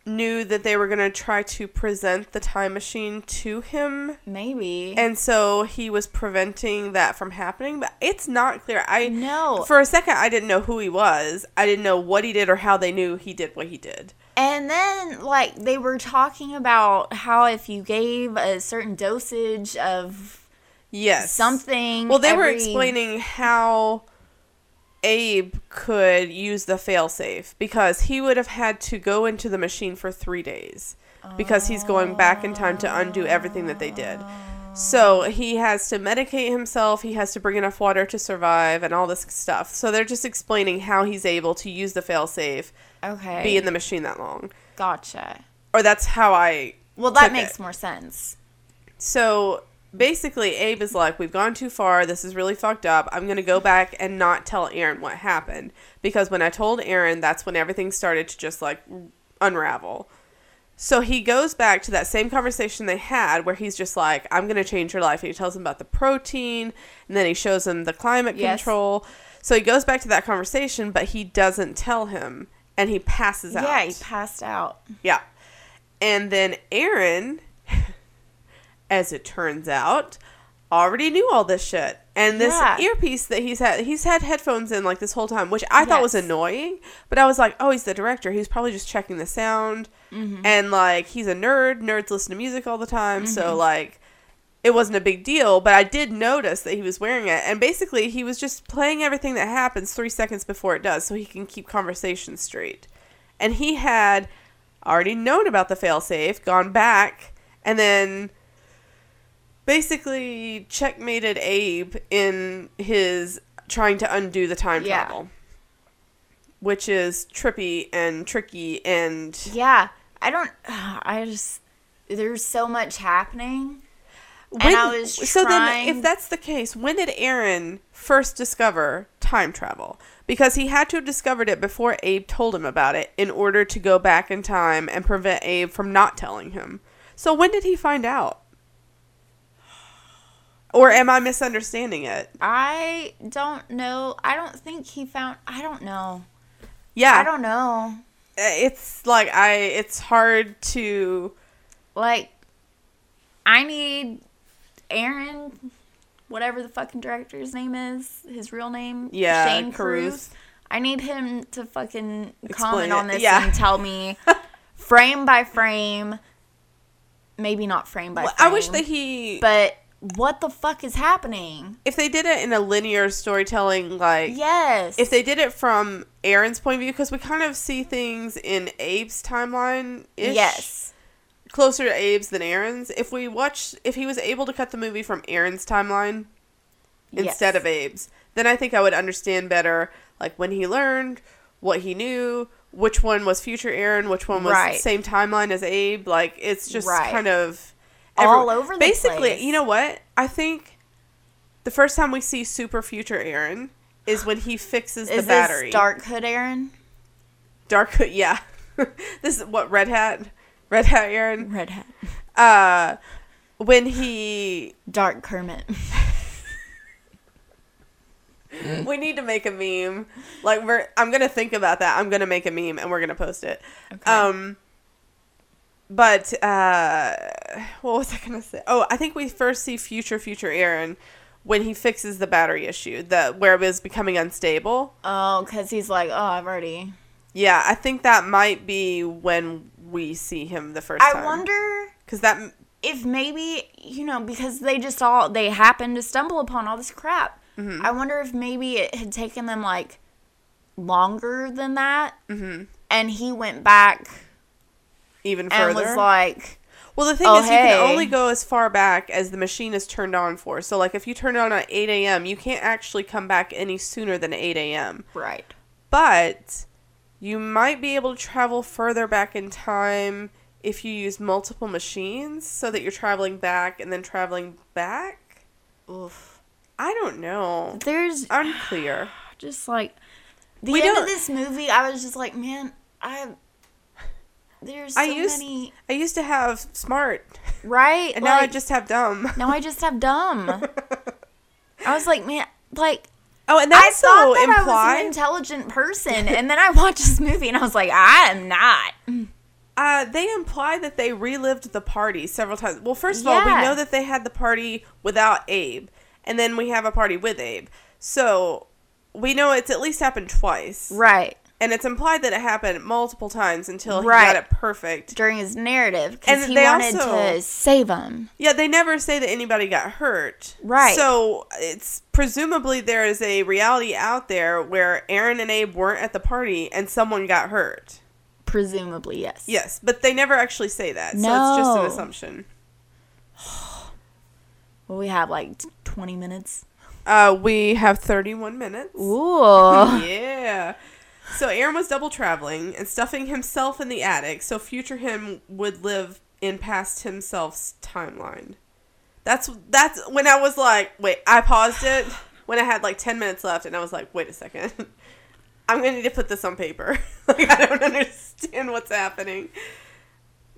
[SPEAKER 1] knew that they were going to try to present the time machine to him
[SPEAKER 2] Maybe.
[SPEAKER 1] and so he was preventing that from happening, but it's not clear. I
[SPEAKER 2] No.
[SPEAKER 1] For a second I didn't know who he was. I didn't know what he did or how they knew he did what he did.
[SPEAKER 2] And then, like, they were talking about how if you gave a certain dosage of
[SPEAKER 1] Yes.
[SPEAKER 2] something,
[SPEAKER 1] Well, they were
[SPEAKER 2] every-
[SPEAKER 1] explaining how Abe could use the failsafe because he would have had to go into the machine for three days because he's going back in time to undo everything that they did. So he has to medicate himself, he has to bring enough water to survive, and all this stuff. So they're just explaining how he's able to use the failsafe,
[SPEAKER 2] Okay,
[SPEAKER 1] be in the machine that long.
[SPEAKER 2] gotcha.
[SPEAKER 1] Or that's how I
[SPEAKER 2] Well, that
[SPEAKER 1] took
[SPEAKER 2] makes
[SPEAKER 1] it.
[SPEAKER 2] more sense.
[SPEAKER 1] So basically, Abe is like, We've gone too far. This is really fucked up. I'm going to go back and not tell Aaron what happened. Because when I told Aaron, that's when everything started to just like unravel. So he goes back to that same conversation they had where he's just like, I'm going to change your life. And he tells him about the protein and then he shows him the climate
[SPEAKER 2] Yes.
[SPEAKER 1] control. So he goes back to that conversation, but he doesn't tell him and he passes out.
[SPEAKER 2] Yeah, he passed out.
[SPEAKER 1] Yeah. And then Aaron, (laughs) as it turns out, already knew all this shit. And this
[SPEAKER 2] Yeah.
[SPEAKER 1] earpiece that he's had, he's had headphones in like this whole time, which I thought was
[SPEAKER 2] Yes.
[SPEAKER 1] annoying. But I was like, oh, he's the director. He's probably just checking the sound.
[SPEAKER 2] Mm-hmm.
[SPEAKER 1] And like, he's a nerd. Nerds listen to music all the time.
[SPEAKER 2] Mm-hmm.
[SPEAKER 1] So like, it wasn't a big deal. But I did notice that he was wearing it. And basically, he was just playing everything that happens three seconds before it does so he can keep conversation straight and he had already known about the failsafe, gone back, and then basically checkmated Abe in his trying to undo the time
[SPEAKER 2] Yeah.
[SPEAKER 1] travel, which is trippy and tricky and
[SPEAKER 2] Yeah, I don't. (sighs) I just there's so much happening.
[SPEAKER 1] When-
[SPEAKER 2] I was
[SPEAKER 1] so then
[SPEAKER 2] trying-
[SPEAKER 1] if that's the case, when did Aaron first discover time travel? Because he had to have discovered it before Abe told him about it in order to go back in time and prevent Abe from not telling him. So when did he find out? Or am I misunderstanding it?
[SPEAKER 2] I don't know. I don't think he found. I don't know.
[SPEAKER 1] Yeah. uh,
[SPEAKER 2] I don't know.
[SPEAKER 1] it's like I it's hard to
[SPEAKER 2] Like, I need Aaron, whatever the fucking director's name is, his real name,
[SPEAKER 1] Yeah,
[SPEAKER 2] Shane Carruth.
[SPEAKER 1] Carruth.
[SPEAKER 2] I need him to fucking
[SPEAKER 1] Explain
[SPEAKER 2] comment
[SPEAKER 1] it,
[SPEAKER 2] on this
[SPEAKER 1] yeah.
[SPEAKER 2] and tell
[SPEAKER 1] (laughs)
[SPEAKER 2] me frame by frame, maybe not frame by frame.
[SPEAKER 1] I wish that he
[SPEAKER 2] But what the fuck is happening?
[SPEAKER 1] if they did it in a linear storytelling like
[SPEAKER 2] Yes.
[SPEAKER 1] if they did it from Aaron's point of view, because we kind of see things in Abe's timeline ish.
[SPEAKER 2] Yes.
[SPEAKER 1] Closer to Abe's than Aaron's. If we watch, if he was able to cut the movie from Aaron's timeline instead of Abe's, then I think I would understand better, like when he learned, what he knew, which one was future Aaron, which one was
[SPEAKER 2] Right.
[SPEAKER 1] same timeline as Abe. Like it's just
[SPEAKER 2] Right.
[SPEAKER 1] kind of
[SPEAKER 2] All over the
[SPEAKER 1] Basically,
[SPEAKER 2] place.
[SPEAKER 1] you know what? I think the first time we see super future Aaron is when he fixes
[SPEAKER 2] Is
[SPEAKER 1] the battery.
[SPEAKER 2] this Dark Hood Aaron?
[SPEAKER 1] Dark (laughs) Hood, yeah. this is what Red Hat, Red Hat Aaron.
[SPEAKER 2] Red Hat.
[SPEAKER 1] Uh, when he,
[SPEAKER 2] Dark Kermit. (laughs)
[SPEAKER 1] we need to make a meme. Like we're, I'm gonna think about that. I'm gonna make a meme and we're gonna post it.
[SPEAKER 2] Okay.
[SPEAKER 1] Um, but uh, what was I gonna say? Oh, I think we first see future future Aaron when he fixes the battery issue, the where it was becoming unstable.
[SPEAKER 2] oh, because he's like, oh, I've already
[SPEAKER 1] Yeah, I think that might be when we see him the first time.
[SPEAKER 2] I wonder
[SPEAKER 1] because that
[SPEAKER 2] if maybe you know because they just all they happened to stumble upon all this crap i wonder if maybe it had taken them like longer than that mm-hmm. and he went back
[SPEAKER 1] even
[SPEAKER 2] and
[SPEAKER 1] further.
[SPEAKER 2] was like
[SPEAKER 1] well, the thing
[SPEAKER 2] "Oh,
[SPEAKER 1] is, you can
[SPEAKER 2] hey."
[SPEAKER 1] only go as far back as the machine is turned on for. So, like, if you turn it on at eight a.m., you can't actually come back any sooner than eight a.m.
[SPEAKER 2] right
[SPEAKER 1] But you might be able to travel further back in time if you use multiple machines, so that you're traveling back and then traveling back.
[SPEAKER 2] Oof.
[SPEAKER 1] I don't know.
[SPEAKER 2] there's
[SPEAKER 1] Unclear.
[SPEAKER 2] just like the
[SPEAKER 1] We
[SPEAKER 2] end
[SPEAKER 1] don't-
[SPEAKER 2] of this movie i was just like man i there's so
[SPEAKER 1] I used
[SPEAKER 2] many
[SPEAKER 1] I used to have smart,
[SPEAKER 2] right
[SPEAKER 1] and now I
[SPEAKER 2] Like,
[SPEAKER 1] just have dumb.
[SPEAKER 2] now i just have (laughs) dumb i was like man like
[SPEAKER 1] (laughs) Oh, and
[SPEAKER 2] I
[SPEAKER 1] that's so
[SPEAKER 2] thought that I was an
[SPEAKER 1] implied.
[SPEAKER 2] intelligent person, and then I watched this movie and I was like, I am not.
[SPEAKER 1] Uh, they imply that they relived the party several times. Well, first of all, we
[SPEAKER 2] Yeah.
[SPEAKER 1] know that they had the party without Abe, and then we have a party with Abe. So we know it's at least happened twice,
[SPEAKER 2] Right.
[SPEAKER 1] and it's implied that it happened multiple times until he
[SPEAKER 2] Right.
[SPEAKER 1] got it perfect.
[SPEAKER 2] During his narrative,
[SPEAKER 1] And
[SPEAKER 2] because he
[SPEAKER 1] they
[SPEAKER 2] wanted
[SPEAKER 1] also-
[SPEAKER 2] to save him.
[SPEAKER 1] Yeah, they never say that anybody got hurt.
[SPEAKER 2] Right.
[SPEAKER 1] So it's presumably there is a reality out there where Aaron and Abe weren't at the party and someone got hurt.
[SPEAKER 2] Presumably, yes.
[SPEAKER 1] Yes, but they never actually say that. So it's just an
[SPEAKER 2] No.
[SPEAKER 1] assumption.
[SPEAKER 2] Well, we have like t- 20 minutes.
[SPEAKER 1] Uh, we have 31 minutes.
[SPEAKER 2] Ooh. (laughs)
[SPEAKER 1] Yeah. So Aaron was double traveling and stuffing himself in the attic so future him would live in past himself's timeline. That's that's when I was like, wait, I paused it when I had like 10 minutes left and I was like, wait a second. (laughs) I'm going to need to put this on paper. (laughs) like I don't understand what's happening.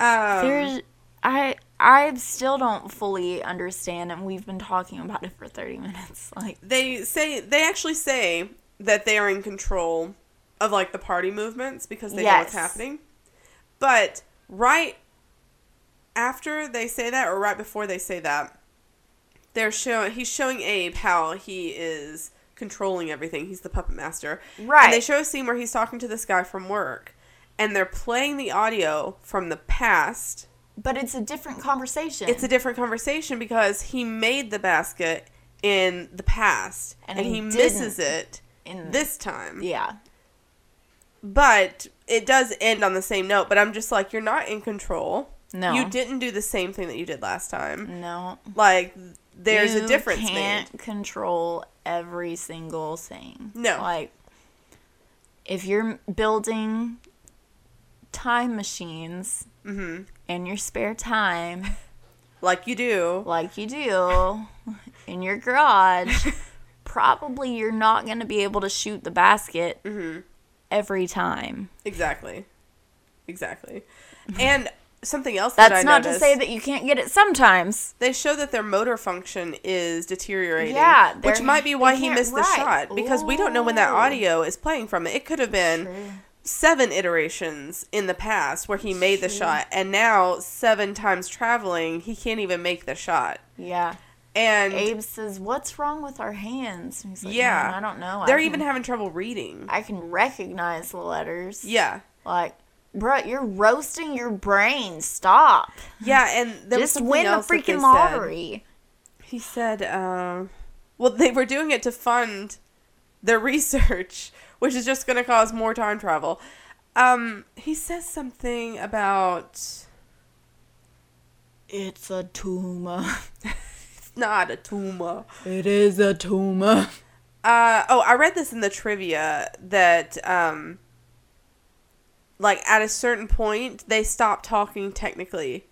[SPEAKER 1] Um,
[SPEAKER 2] There's, I, I still don't fully understand, and we've been talking about it for 30 minutes. (laughs) Like,
[SPEAKER 1] they say they actually say that they are in control of like the party movements because they know what's
[SPEAKER 2] Yes.
[SPEAKER 1] happening. But right after they say that, or right before they say that, they're showing he's showing Abe how he is controlling everything. He's the puppet master. And they
[SPEAKER 2] Right.
[SPEAKER 1] show a scene where he's talking to this guy from work, and they're playing the audio from the past
[SPEAKER 2] but it's a different conversation.
[SPEAKER 1] it's a different conversation because he made the basket in the past and,
[SPEAKER 2] And
[SPEAKER 1] he,
[SPEAKER 2] he
[SPEAKER 1] misses it
[SPEAKER 2] in
[SPEAKER 1] this time.
[SPEAKER 2] yeah.
[SPEAKER 1] But it does end on the same note, but I'm just like, you're not in control.
[SPEAKER 2] No.
[SPEAKER 1] You didn't do the same thing that you did last time.
[SPEAKER 2] No.
[SPEAKER 1] Like, there's
[SPEAKER 2] You
[SPEAKER 1] a difference
[SPEAKER 2] Can't
[SPEAKER 1] made.
[SPEAKER 2] control every single thing.
[SPEAKER 1] No.
[SPEAKER 2] like if you're building time machines
[SPEAKER 1] Mm-hmm.
[SPEAKER 2] in your spare time,
[SPEAKER 1] Like, you do.
[SPEAKER 2] like you do (laughs) in
[SPEAKER 1] (laughs)
[SPEAKER 2] your garage, probably you're not going to be able to shoot the basket
[SPEAKER 1] Mm-hmm.
[SPEAKER 2] every time.
[SPEAKER 1] Exactly. Exactly.
[SPEAKER 2] (laughs)
[SPEAKER 1] And something else that I
[SPEAKER 2] That's not
[SPEAKER 1] noticed,
[SPEAKER 2] to say that you can't get it sometimes.
[SPEAKER 1] they show that their motor function is deteriorating.
[SPEAKER 2] Yeah,
[SPEAKER 1] which
[SPEAKER 2] they're-
[SPEAKER 1] might be why
[SPEAKER 2] they
[SPEAKER 1] he
[SPEAKER 2] can't
[SPEAKER 1] missed the
[SPEAKER 2] write.
[SPEAKER 1] shot because we don't know when that
[SPEAKER 2] Ooh.
[SPEAKER 1] audio is playing from. It could have been seven iterations in the past where he made the shot, and now seven times traveling, he can't even make the shot.
[SPEAKER 2] Yeah.
[SPEAKER 1] Mm-hmm. And
[SPEAKER 2] Abe says, "What's wrong with our hands?" And he's like,
[SPEAKER 1] Yeah.
[SPEAKER 2] "Man, I don't know. I
[SPEAKER 1] they're
[SPEAKER 2] can-
[SPEAKER 1] even having trouble reading.
[SPEAKER 2] I can recognize the letters.
[SPEAKER 1] yeah.
[SPEAKER 2] Like, bruh, you're roasting your brain. Stop.
[SPEAKER 1] Yeah, and there was
[SPEAKER 2] Just
[SPEAKER 1] something
[SPEAKER 2] win the
[SPEAKER 1] else that they
[SPEAKER 2] freaking
[SPEAKER 1] said.
[SPEAKER 2] lottery.
[SPEAKER 1] He said, um, well, they were doing it to fund their research, which is just going to cause more time travel. Um, he says something about
[SPEAKER 2] It's a (laughs) tumor.
[SPEAKER 1] it's not a tumor.
[SPEAKER 2] It is a tumor.
[SPEAKER 1] Uh, oh, I read this in the trivia that, um, like, at a certain point, they stopped talking technically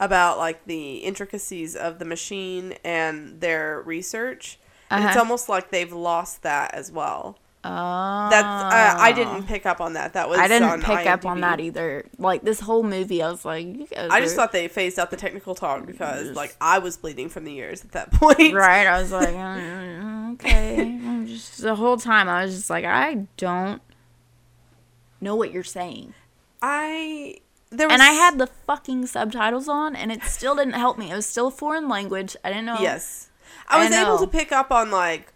[SPEAKER 1] about, like, the intricacies of the machine and their research. And it's
[SPEAKER 2] Uh-huh.
[SPEAKER 1] almost like they've lost that as well.
[SPEAKER 2] Oh.
[SPEAKER 1] That's uh, I didn't pick up on that. That was
[SPEAKER 2] Ah. I
[SPEAKER 1] on
[SPEAKER 2] didn't pick up on
[SPEAKER 1] IMDb.
[SPEAKER 2] that either. Like this whole movie, I was like, you guys.
[SPEAKER 1] I just
[SPEAKER 2] are-
[SPEAKER 1] thought they phased out the technical talk because like I was bleeding from the ears at that (laughs) point.
[SPEAKER 2] Right, I was like, mm, okay. I'm just the whole time, I was just like, I don't know what you're saying.
[SPEAKER 1] I there was
[SPEAKER 2] and I had the fucking subtitles on, and it still didn't help me. It was still a foreign language. I didn't know.
[SPEAKER 1] (laughs) yes. I was
[SPEAKER 2] I
[SPEAKER 1] able
[SPEAKER 2] know.
[SPEAKER 1] to pick up on like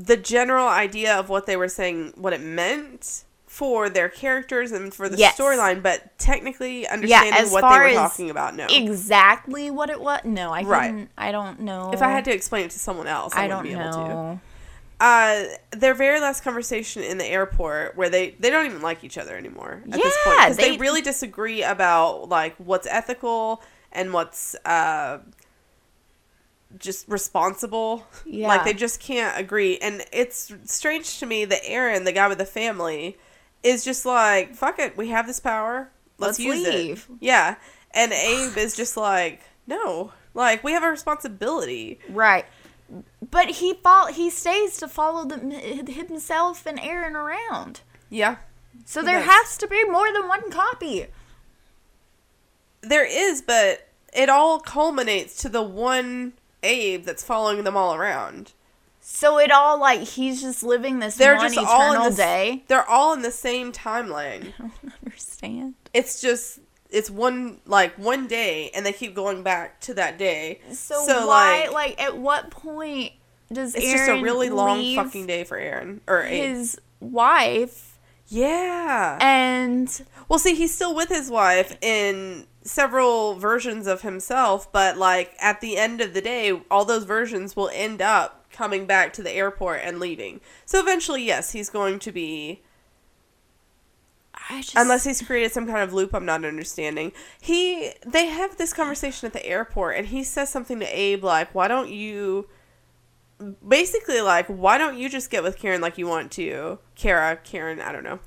[SPEAKER 1] the general idea of what they were saying, what it meant, for their characters and for the
[SPEAKER 2] Yes.
[SPEAKER 1] storyline, but technically understanding
[SPEAKER 2] as
[SPEAKER 1] what they
[SPEAKER 2] far
[SPEAKER 1] were
[SPEAKER 2] as
[SPEAKER 1] talking about. No,
[SPEAKER 2] exactly what it was. No, I
[SPEAKER 1] Right.
[SPEAKER 2] couldn't. I don't know.
[SPEAKER 1] if I had to explain it to someone else, I,
[SPEAKER 2] I
[SPEAKER 1] wouldn't
[SPEAKER 2] don't
[SPEAKER 1] be able to.
[SPEAKER 2] know.
[SPEAKER 1] Uh, their very last conversation in the airport, where they they don't even like each other anymore at this point
[SPEAKER 2] Yeah,
[SPEAKER 1] because they,
[SPEAKER 2] they-
[SPEAKER 1] really disagree about like what's ethical and what's uh just responsible.
[SPEAKER 2] Yeah.
[SPEAKER 1] like they just can't agree, and it's strange to me that Aaron, the guy with the family, is just like fuck it, we have this power, let's,
[SPEAKER 2] Let's
[SPEAKER 1] use
[SPEAKER 2] leave.
[SPEAKER 1] it. Yeah, and Abe is just like no, like we have a responsibility.
[SPEAKER 2] Right. But he fol- he stays to follow them, himself and Aaron around.
[SPEAKER 1] Yeah,
[SPEAKER 2] So
[SPEAKER 1] He
[SPEAKER 2] there
[SPEAKER 1] does.
[SPEAKER 2] has to be more than one copy.
[SPEAKER 1] There is, but it all culminates to the one Abe that's following them all around.
[SPEAKER 2] So it all like he's just living this
[SPEAKER 1] They're
[SPEAKER 2] one
[SPEAKER 1] just
[SPEAKER 2] eternal
[SPEAKER 1] all in the, s- (laughs)
[SPEAKER 2] day. Uh-huh.
[SPEAKER 1] They're all in the same timeline.
[SPEAKER 2] I don't understand.
[SPEAKER 1] It's just it's one like one day, and they keep going back to that day.
[SPEAKER 2] So, why like, at what point does
[SPEAKER 1] it's
[SPEAKER 2] Aaron
[SPEAKER 1] just a really long
[SPEAKER 2] leave
[SPEAKER 1] fucking day for Aaron or Abe.
[SPEAKER 2] his wife
[SPEAKER 1] yeah.
[SPEAKER 2] and
[SPEAKER 1] Well, see, he's still with his wife in several versions of himself, but like at the end of the day, all those versions will end up coming back to the airport and leaving. So eventually, yes, he's going to be
[SPEAKER 2] I just
[SPEAKER 1] unless he's created some kind of loop I'm not understanding. He they have this conversation at the airport and he says something to Abe like, "Why don't you basically like, why don't you just get with Karen like you want to?" Kara, Karen, I don't know.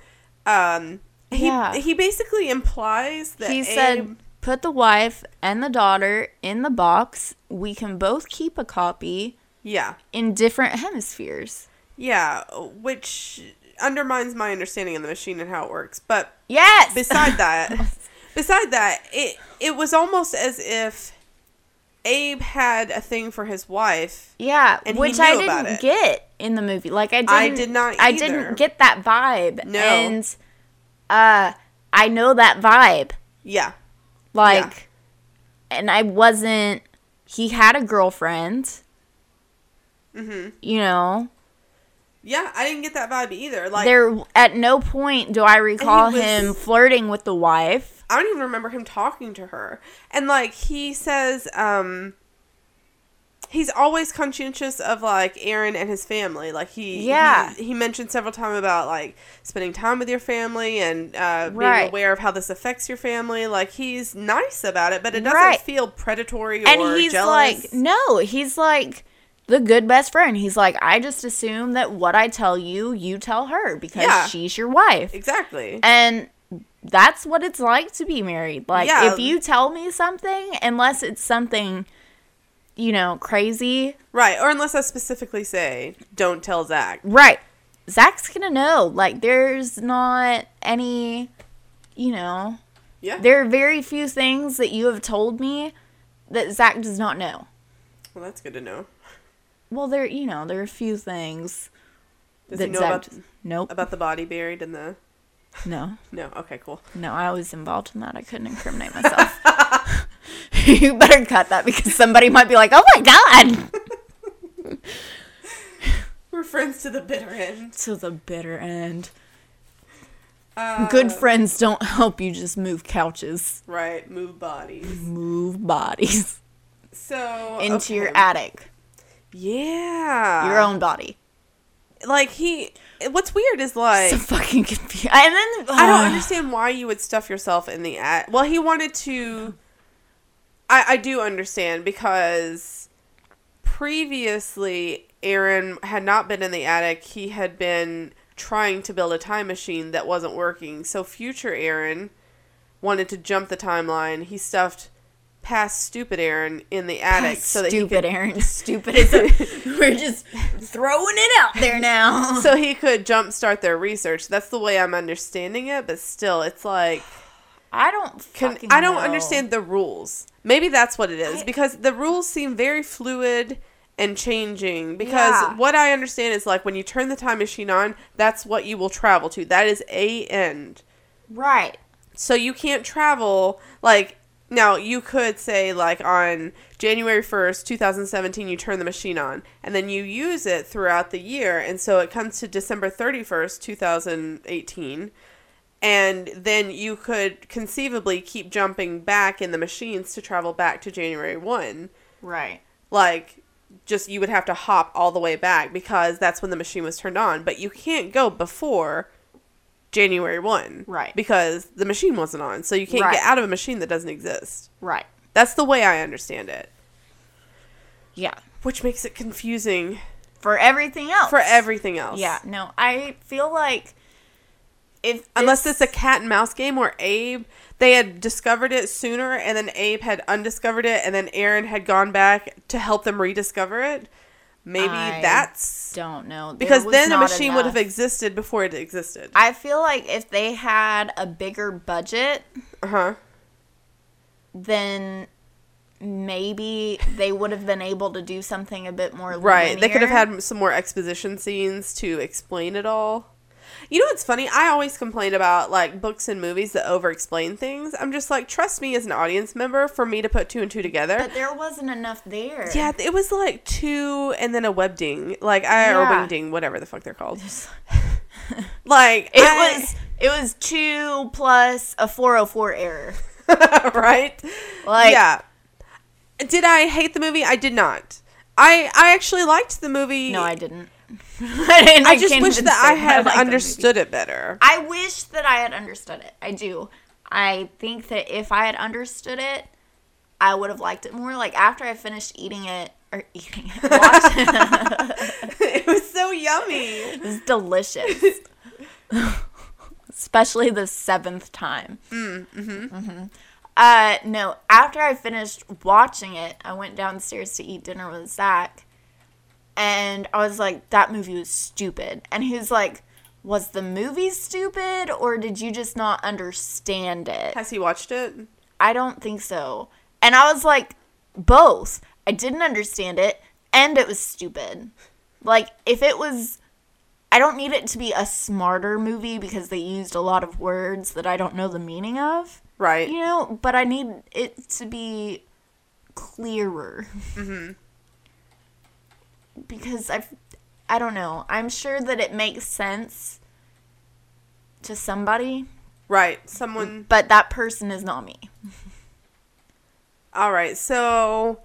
[SPEAKER 1] Um he
[SPEAKER 2] Yeah.
[SPEAKER 1] he basically implies that
[SPEAKER 2] he
[SPEAKER 1] Abe,
[SPEAKER 2] said put the wife and the daughter in the box. We can both keep a copy
[SPEAKER 1] yeah.
[SPEAKER 2] in different hemispheres.
[SPEAKER 1] Yeah, which undermines my understanding of the machine and how it works. But
[SPEAKER 2] Yes. (laughs)
[SPEAKER 1] beside that, beside that, it it was almost as if Abe had a thing for his wife.
[SPEAKER 2] yeah,
[SPEAKER 1] and he
[SPEAKER 2] which I
[SPEAKER 1] knew about
[SPEAKER 2] didn't
[SPEAKER 1] it.
[SPEAKER 2] get in the movie. Like I didn't
[SPEAKER 1] I did not
[SPEAKER 2] I
[SPEAKER 1] either.
[SPEAKER 2] didn't get that vibe.
[SPEAKER 1] No.
[SPEAKER 2] And uh I know that vibe.
[SPEAKER 1] Yeah,
[SPEAKER 2] Like and I wasn't he had a girlfriend.
[SPEAKER 1] Mm-hmm.
[SPEAKER 2] Mhm. You know,
[SPEAKER 1] yeah, I didn't get that vibe either. Like
[SPEAKER 2] there at no point do I recall
[SPEAKER 1] was-
[SPEAKER 2] him flirting with the wife.
[SPEAKER 1] I don't even remember him talking to her. And like he says, um. He's always conscientious of like Aaron and his family. Like he,
[SPEAKER 2] Yeah.
[SPEAKER 1] he, he mentioned several times about like spending time with your family and uh, being
[SPEAKER 2] Right.
[SPEAKER 1] aware of how this affects your family. Like he's nice about it, but it doesn't
[SPEAKER 2] Right.
[SPEAKER 1] feel predatory or
[SPEAKER 2] and he's
[SPEAKER 1] jealous.
[SPEAKER 2] like no he's like the good best friend he's like i just assume that what i tell you you tell her because
[SPEAKER 1] Yeah.
[SPEAKER 2] she's your wife
[SPEAKER 1] exactly.
[SPEAKER 2] and that's what it's like to be married like
[SPEAKER 1] Yeah.
[SPEAKER 2] if you tell me something unless it's something you know crazy
[SPEAKER 1] Right, or unless I specifically say, don't tell Zach.
[SPEAKER 2] right zach's gonna know like there's not any you know
[SPEAKER 1] Yeah.
[SPEAKER 2] there are very few things that you have told me that zach does not know
[SPEAKER 1] well, that's good to know.
[SPEAKER 2] Well, there, you know, there are a few things
[SPEAKER 1] Does
[SPEAKER 2] that
[SPEAKER 1] he know
[SPEAKER 2] Zach.
[SPEAKER 1] about,
[SPEAKER 2] nope.
[SPEAKER 1] about the body buried in the.
[SPEAKER 2] no,
[SPEAKER 1] No, okay, cool.
[SPEAKER 2] no, I was involved in that. I couldn't incriminate myself. (laughs) you better cut that because somebody might be like, "Oh my god!"
[SPEAKER 1] We're friends to the bitter end.
[SPEAKER 2] to the bitter end.
[SPEAKER 1] Uh,
[SPEAKER 2] Good friends don't help you. Just move couches,
[SPEAKER 1] Right, move bodies.
[SPEAKER 2] move bodies
[SPEAKER 1] So
[SPEAKER 2] (laughs) into your
[SPEAKER 1] okay. Uh,
[SPEAKER 2] attic,
[SPEAKER 1] Yeah.
[SPEAKER 2] your own body.
[SPEAKER 1] Like he. What's weird is like
[SPEAKER 2] so fucking (laughs) confused. And then
[SPEAKER 1] I don't understand why you would stuff yourself in the at. Well, he wanted to. I I do understand because previously Aaron had not been in the attic. He had been trying to build a time machine that wasn't working. So future Aaron wanted to jump the timeline. He stuffed past stupid Aaron in the attic so that he
[SPEAKER 2] stupid, Aaron. (laughs) Stupid. Is a, oh, (laughs) we're just throwing it out there now.
[SPEAKER 1] so he could jumpstart their research. That's the way I'm understanding it, but still, it's like
[SPEAKER 2] I don't.
[SPEAKER 1] Can,
[SPEAKER 2] fucking
[SPEAKER 1] I don't
[SPEAKER 2] know.
[SPEAKER 1] understand the rules. Maybe that's what it is
[SPEAKER 2] I-
[SPEAKER 1] because the rules seem very fluid and changing. Because
[SPEAKER 2] Yeah.
[SPEAKER 1] what I understand is like when you turn the time machine on, that's what you will travel to. That is a end.
[SPEAKER 2] Right.
[SPEAKER 1] So you can't travel like Now, you could say, like, on January 1st, 2017, you turn the machine on, and then you use it throughout the year. And so it comes to December 31st, 2018. And then you could conceivably keep jumping back in the machines to travel back to January 1.
[SPEAKER 2] Right.
[SPEAKER 1] Like, just you would have to hop all the way back because that's when the machine was turned on. But you can't go before January 1.
[SPEAKER 2] Right.
[SPEAKER 1] Because the machine wasn't on. So you can't
[SPEAKER 2] Right.
[SPEAKER 1] get out of a machine that doesn't exist.
[SPEAKER 2] Right.
[SPEAKER 1] That's the way I understand it,
[SPEAKER 2] Yeah.
[SPEAKER 1] which makes it confusing
[SPEAKER 2] For everything else.
[SPEAKER 1] for everything else.
[SPEAKER 2] Yeah. No, I feel like if
[SPEAKER 1] Unless
[SPEAKER 2] this-
[SPEAKER 1] it's a cat and mouse game where Abe, they had discovered it sooner and then Abe had undiscovered it and then Aaron had gone back to help them rediscover it. Maybe
[SPEAKER 2] I
[SPEAKER 1] that's
[SPEAKER 2] don't know There
[SPEAKER 1] because
[SPEAKER 2] was
[SPEAKER 1] then the
[SPEAKER 2] not
[SPEAKER 1] machine would
[SPEAKER 2] enough.
[SPEAKER 1] have existed before it existed.
[SPEAKER 2] I feel like if they had a bigger budget,
[SPEAKER 1] Uh
[SPEAKER 2] Uh-huh.
[SPEAKER 1] huh.
[SPEAKER 2] then maybe they would have been able to do something a bit more
[SPEAKER 1] Right. They could have
[SPEAKER 2] linear.
[SPEAKER 1] had some more exposition scenes to explain it all. You know what's funny? I always complain about like books and movies that over explain things. I'm just like, trust me as an audience member for me to put two and two together.
[SPEAKER 2] but there wasn't enough there.
[SPEAKER 1] yeah, it was like two and then a web ding. Like I or
[SPEAKER 2] Yeah.
[SPEAKER 1] wing ding, whatever the fuck they're called. (laughs) like
[SPEAKER 2] It
[SPEAKER 1] I-
[SPEAKER 2] was it was two plus a four oh four error.
[SPEAKER 1] (laughs) right?
[SPEAKER 2] Like
[SPEAKER 1] yeah. Did I hate the movie? I did not. I I actually liked the movie.
[SPEAKER 2] no, I didn't. I, didn't-
[SPEAKER 1] I just
[SPEAKER 2] can't
[SPEAKER 1] wish
[SPEAKER 2] even
[SPEAKER 1] that
[SPEAKER 2] say
[SPEAKER 1] I had
[SPEAKER 2] liked the movie.
[SPEAKER 1] understood it better. (laughs)
[SPEAKER 2] I wish that I had understood it. I do. I think that if I had understood it, I would have liked it more. Like after I finished eating it or (laughs) eating it, watching it,
[SPEAKER 1] it was so yummy.
[SPEAKER 2] (laughs) it was delicious. Especially the seventh time. Mm, mm-hmm. Uh, no, after I finished watching it, I went downstairs to eat dinner with Zach, and I was like, "That movie was stupid." And he was like, "Was the movie stupid, or did you just not understand it?"
[SPEAKER 1] Has he watched it?
[SPEAKER 2] I don't think so. And I was like, both. I didn't understand it, and it was stupid. Like, if it was. I don't need it to be a smarter movie because they used a lot of words that I don't know the meaning of,
[SPEAKER 1] Right.
[SPEAKER 2] you know, but I need it to be clearer. Because I I don't know. I'm sure that it makes sense to somebody,
[SPEAKER 1] Right. Someone.
[SPEAKER 2] but that person is not me.
[SPEAKER 1] All right. So,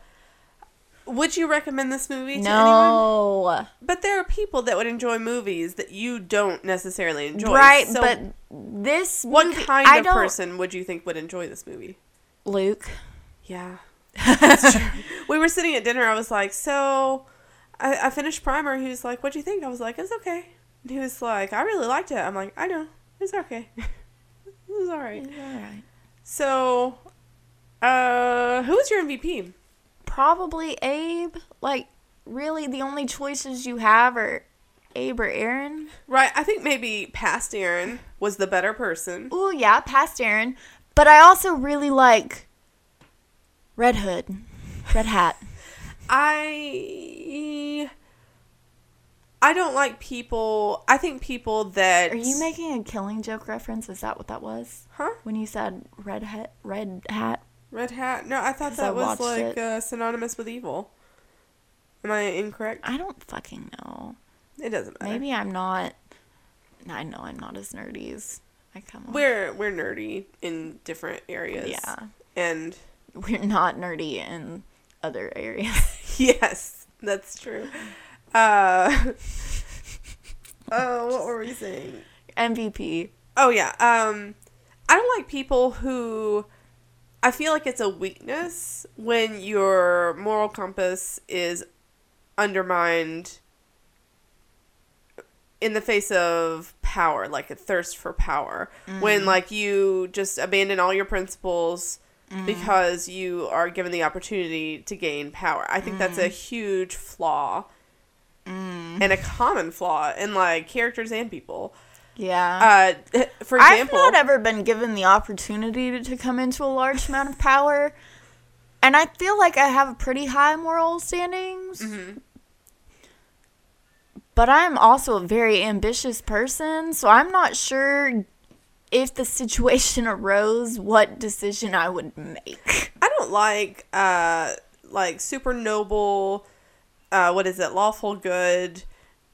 [SPEAKER 1] would you recommend this movie to anyone?
[SPEAKER 2] No.
[SPEAKER 1] But there are people that would enjoy movies that you don't necessarily enjoy.
[SPEAKER 2] Right,
[SPEAKER 1] So
[SPEAKER 2] but this
[SPEAKER 1] what
[SPEAKER 2] movie-
[SPEAKER 1] kind
[SPEAKER 2] I
[SPEAKER 1] of
[SPEAKER 2] don't-
[SPEAKER 1] person would you think would enjoy this movie?
[SPEAKER 2] Luke?
[SPEAKER 1] Yeah. (laughs) we were sitting at dinner. I was like, so I, I finished Primer. He was like, what'd you think? I was like, it's okay. And he was like, I really liked it. I'm like, I know. It's okay. (laughs) it was all
[SPEAKER 2] Mm-hmm.
[SPEAKER 1] right. So, uh, who was your MVP?
[SPEAKER 2] Probably Abe. Like, really, the only choices you have are Abe or Aaron.
[SPEAKER 1] Right, I think maybe past Aaron was the better person.
[SPEAKER 2] Ooh, yeah, past Aaron. But I also really like Red Hood, Red Hat.
[SPEAKER 1] I I don't like people. I think people that
[SPEAKER 2] (laughs) Are you making a Killing Joke reference? Is that what that was?
[SPEAKER 1] huh
[SPEAKER 2] When you said Red Hat, Red Hat?
[SPEAKER 1] red hat? No, I thought
[SPEAKER 2] 'Cause I
[SPEAKER 1] that was
[SPEAKER 2] watched
[SPEAKER 1] like
[SPEAKER 2] it.
[SPEAKER 1] uh, synonymous with evil. Am I incorrect?
[SPEAKER 2] I don't fucking know.
[SPEAKER 1] It doesn't matter.
[SPEAKER 2] Maybe I'm not. I know I'm not as nerdy as I come off.
[SPEAKER 1] We're we're nerdy in different areas.
[SPEAKER 2] Yeah.
[SPEAKER 1] and (laughs)
[SPEAKER 2] (laughs) we're not nerdy in other areas. (laughs)
[SPEAKER 1] yes, that's true. Uh, (laughs) uh, what were we saying?
[SPEAKER 2] MVP.
[SPEAKER 1] Oh yeah. Um I don't like people who I feel like it's a weakness when your moral compass is undermined in the face of power, like a thirst for power. When like you just abandon all your principles because you are given the opportunity to gain power. I think that's a huge flaw and a common flaw in like characters and people.
[SPEAKER 2] Yeah.
[SPEAKER 1] Uh, (laughs) for
[SPEAKER 2] I've
[SPEAKER 1] example,
[SPEAKER 2] not ever been given the opportunity to, to come into a large amount of power. And I feel like I have a pretty high moral standings.
[SPEAKER 1] Mm-hmm.
[SPEAKER 2] But I'm also a very ambitious person, so I'm not sure if the situation (laughs) arose, what decision I would make. (laughs)
[SPEAKER 1] I don't like uh like super noble uh what is it? lawful good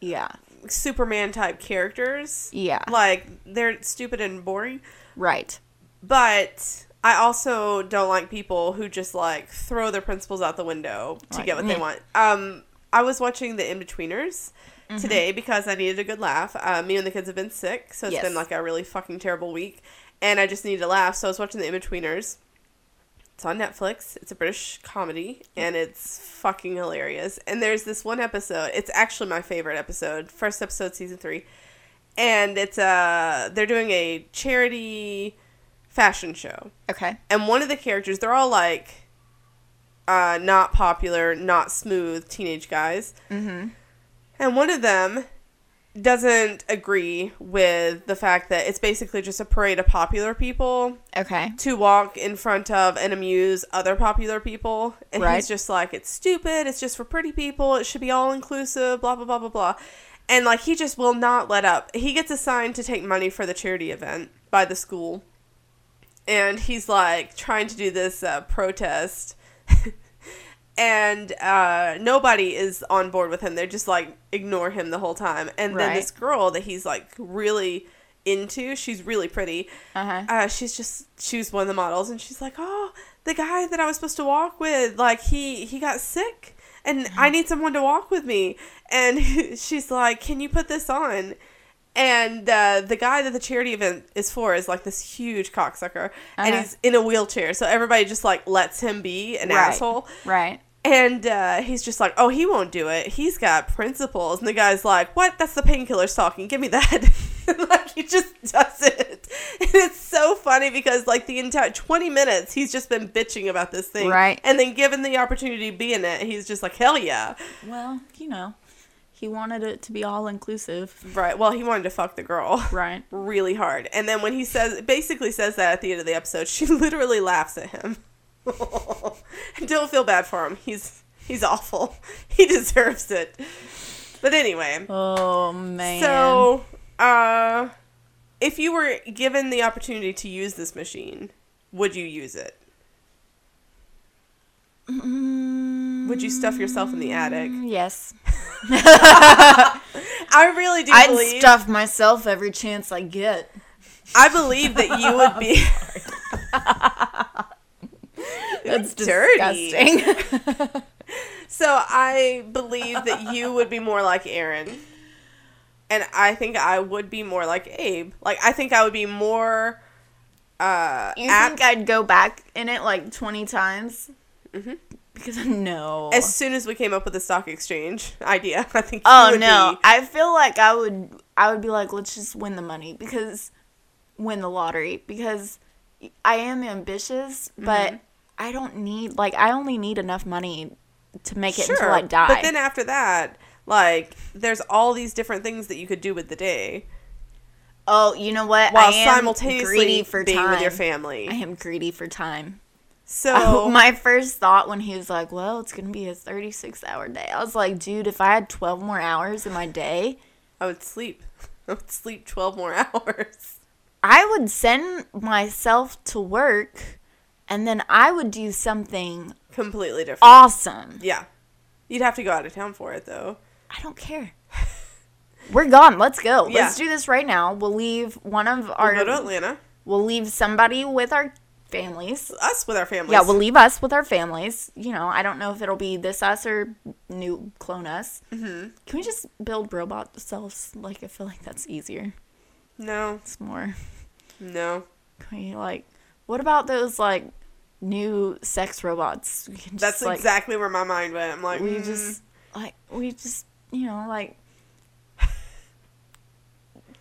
[SPEAKER 2] Yeah.
[SPEAKER 1] Superman type characters.
[SPEAKER 2] Yeah.
[SPEAKER 1] Like they're stupid and boring,
[SPEAKER 2] Right.
[SPEAKER 1] but I also don't like people who just like throw their principles out the window to
[SPEAKER 2] Like,
[SPEAKER 1] get what they
[SPEAKER 2] meh.
[SPEAKER 1] want. Um I was watching The Inbetweeners today because I needed a good laugh. Uh, me and the kids have been sick, so it's
[SPEAKER 2] Yes.
[SPEAKER 1] been like a really fucking terrible week and I just needed a laugh, so I was watching The Inbetweeners. It's on Netflix. It's a British comedy and it's fucking hilarious. And there's this one episode. It's actually my favorite episode. First episode season 3. And it's uh they're doing a charity fashion show.
[SPEAKER 2] Okay.
[SPEAKER 1] And one of the characters, they're all like uh not popular, not smooth teenage guys. Mhm. And one of them doesn't agree with the fact that it's basically just a parade of popular people
[SPEAKER 2] Okay.
[SPEAKER 1] to walk in front of and amuse other popular people. And
[SPEAKER 2] Right.
[SPEAKER 1] he's just like, it's stupid. It's just for pretty people. It should be all inclusive, blah, blah, blah, blah, blah. And like, he just will not let up. He gets assigned to take money for the charity event by the school. And he's like trying to do this uh, protest. (laughs) and uh, nobody is on board with him. They're just like, ignore him the whole time. And then
[SPEAKER 2] Right.
[SPEAKER 1] this girl that he's like really into, she's really pretty
[SPEAKER 2] Uh-huh.
[SPEAKER 1] uh, she's just she was one of the models and she's like oh the guy that i was supposed to walk with like he he got sick and i need someone to walk with me and (laughs) she's like can you put this on and uh, the guy that the charity event is for is like this huge cocksucker and
[SPEAKER 2] Uh-huh.
[SPEAKER 1] he's in a wheelchair so everybody just like lets him be an
[SPEAKER 2] Right.
[SPEAKER 1] asshole
[SPEAKER 2] Right.
[SPEAKER 1] and uh, he's just like, oh, he won't do it. He's got principles. And the guy's like, what? That's the painkillers talking. Give me that. (laughs) like, he just does it. And it's so funny because, like, the entire 20 minutes, he's just been bitching about this thing.
[SPEAKER 2] Right.
[SPEAKER 1] And then given the opportunity to be in it, he's just like, hell yeah.
[SPEAKER 2] Well, you know, he wanted it to be all inclusive.
[SPEAKER 1] Right. Well, he wanted to fuck the girl. (laughs)
[SPEAKER 2] Right.
[SPEAKER 1] Really hard. And then when he says, basically says that at the end of the episode, she (laughs) literally laughs at
[SPEAKER 2] (laughs)
[SPEAKER 1] him. Don't feel bad for him. He's he's awful. (laughs) He deserves it. But anyway,
[SPEAKER 2] Oh man.
[SPEAKER 1] so uh, if you were given the opportunity to use this machine, would you use it? Would you stuff yourself in the attic?
[SPEAKER 2] yes.
[SPEAKER 1] I really do
[SPEAKER 2] I'd
[SPEAKER 1] believe.
[SPEAKER 2] stuff myself every chance I get.
[SPEAKER 1] I believe that you would
[SPEAKER 2] (laughs)
[SPEAKER 1] be. (laughs)
[SPEAKER 2] That's
[SPEAKER 1] dirty.
[SPEAKER 2] (laughs) disgusting.
[SPEAKER 1] So I believe that you would be more like Aaron. And I think I would be more like Abe. Like I think I would be more uh
[SPEAKER 2] you
[SPEAKER 1] apt-
[SPEAKER 2] think I'd go back in it like 20 times? Because no.
[SPEAKER 1] as soon as we came up with the stock exchange (laughs) idea. I think you
[SPEAKER 2] oh
[SPEAKER 1] would
[SPEAKER 2] no.
[SPEAKER 1] be-
[SPEAKER 2] I feel like I would I would be like let's just win the money because win the lottery because I am ambitious,
[SPEAKER 1] Mm-hmm.
[SPEAKER 2] but I don't need like I only need enough money to make it until I die.
[SPEAKER 1] But then after that, like there's all these different things that you could do with the day
[SPEAKER 2] oh, you know what?
[SPEAKER 1] while
[SPEAKER 2] I am
[SPEAKER 1] simultaneously
[SPEAKER 2] greedy for
[SPEAKER 1] being
[SPEAKER 2] time.
[SPEAKER 1] with your
[SPEAKER 2] I
[SPEAKER 1] family.
[SPEAKER 2] am greedy for time. (laughs)
[SPEAKER 1] So
[SPEAKER 2] my first thought when he was like, "Well, it's gonna be a 36 hour day," I was like, "Dude, if I had 12 more hours in my day,
[SPEAKER 1] I would sleep. (laughs) I would sleep 12 more (laughs) hours.
[SPEAKER 2] I would send myself to work, and then I would do something
[SPEAKER 1] Completely different.
[SPEAKER 2] awesome.
[SPEAKER 1] Yeah. You'd have to go out of town for it though.
[SPEAKER 2] I don't care. (laughs) We're gone. Let's go.
[SPEAKER 1] Yeah.
[SPEAKER 2] Let's do this right now. We'll leave one of
[SPEAKER 1] Or
[SPEAKER 2] our.
[SPEAKER 1] go to Atlanta.
[SPEAKER 2] we'll leave somebody with our families.
[SPEAKER 1] Us with our families.
[SPEAKER 2] Yeah, we'll leave us with our families. You know, I don't know if it'll be this us or new clone us. Mm-hmm. Can we just build robot selves? Like, I feel like that's easier.
[SPEAKER 1] no,
[SPEAKER 2] It's more.
[SPEAKER 1] no.
[SPEAKER 2] Can we like? What about those like new sex robots? We can just,
[SPEAKER 1] That's
[SPEAKER 2] like,
[SPEAKER 1] exactly where my mind went. I'm like,
[SPEAKER 2] We
[SPEAKER 1] mm,
[SPEAKER 2] just like we just you know like (sighs)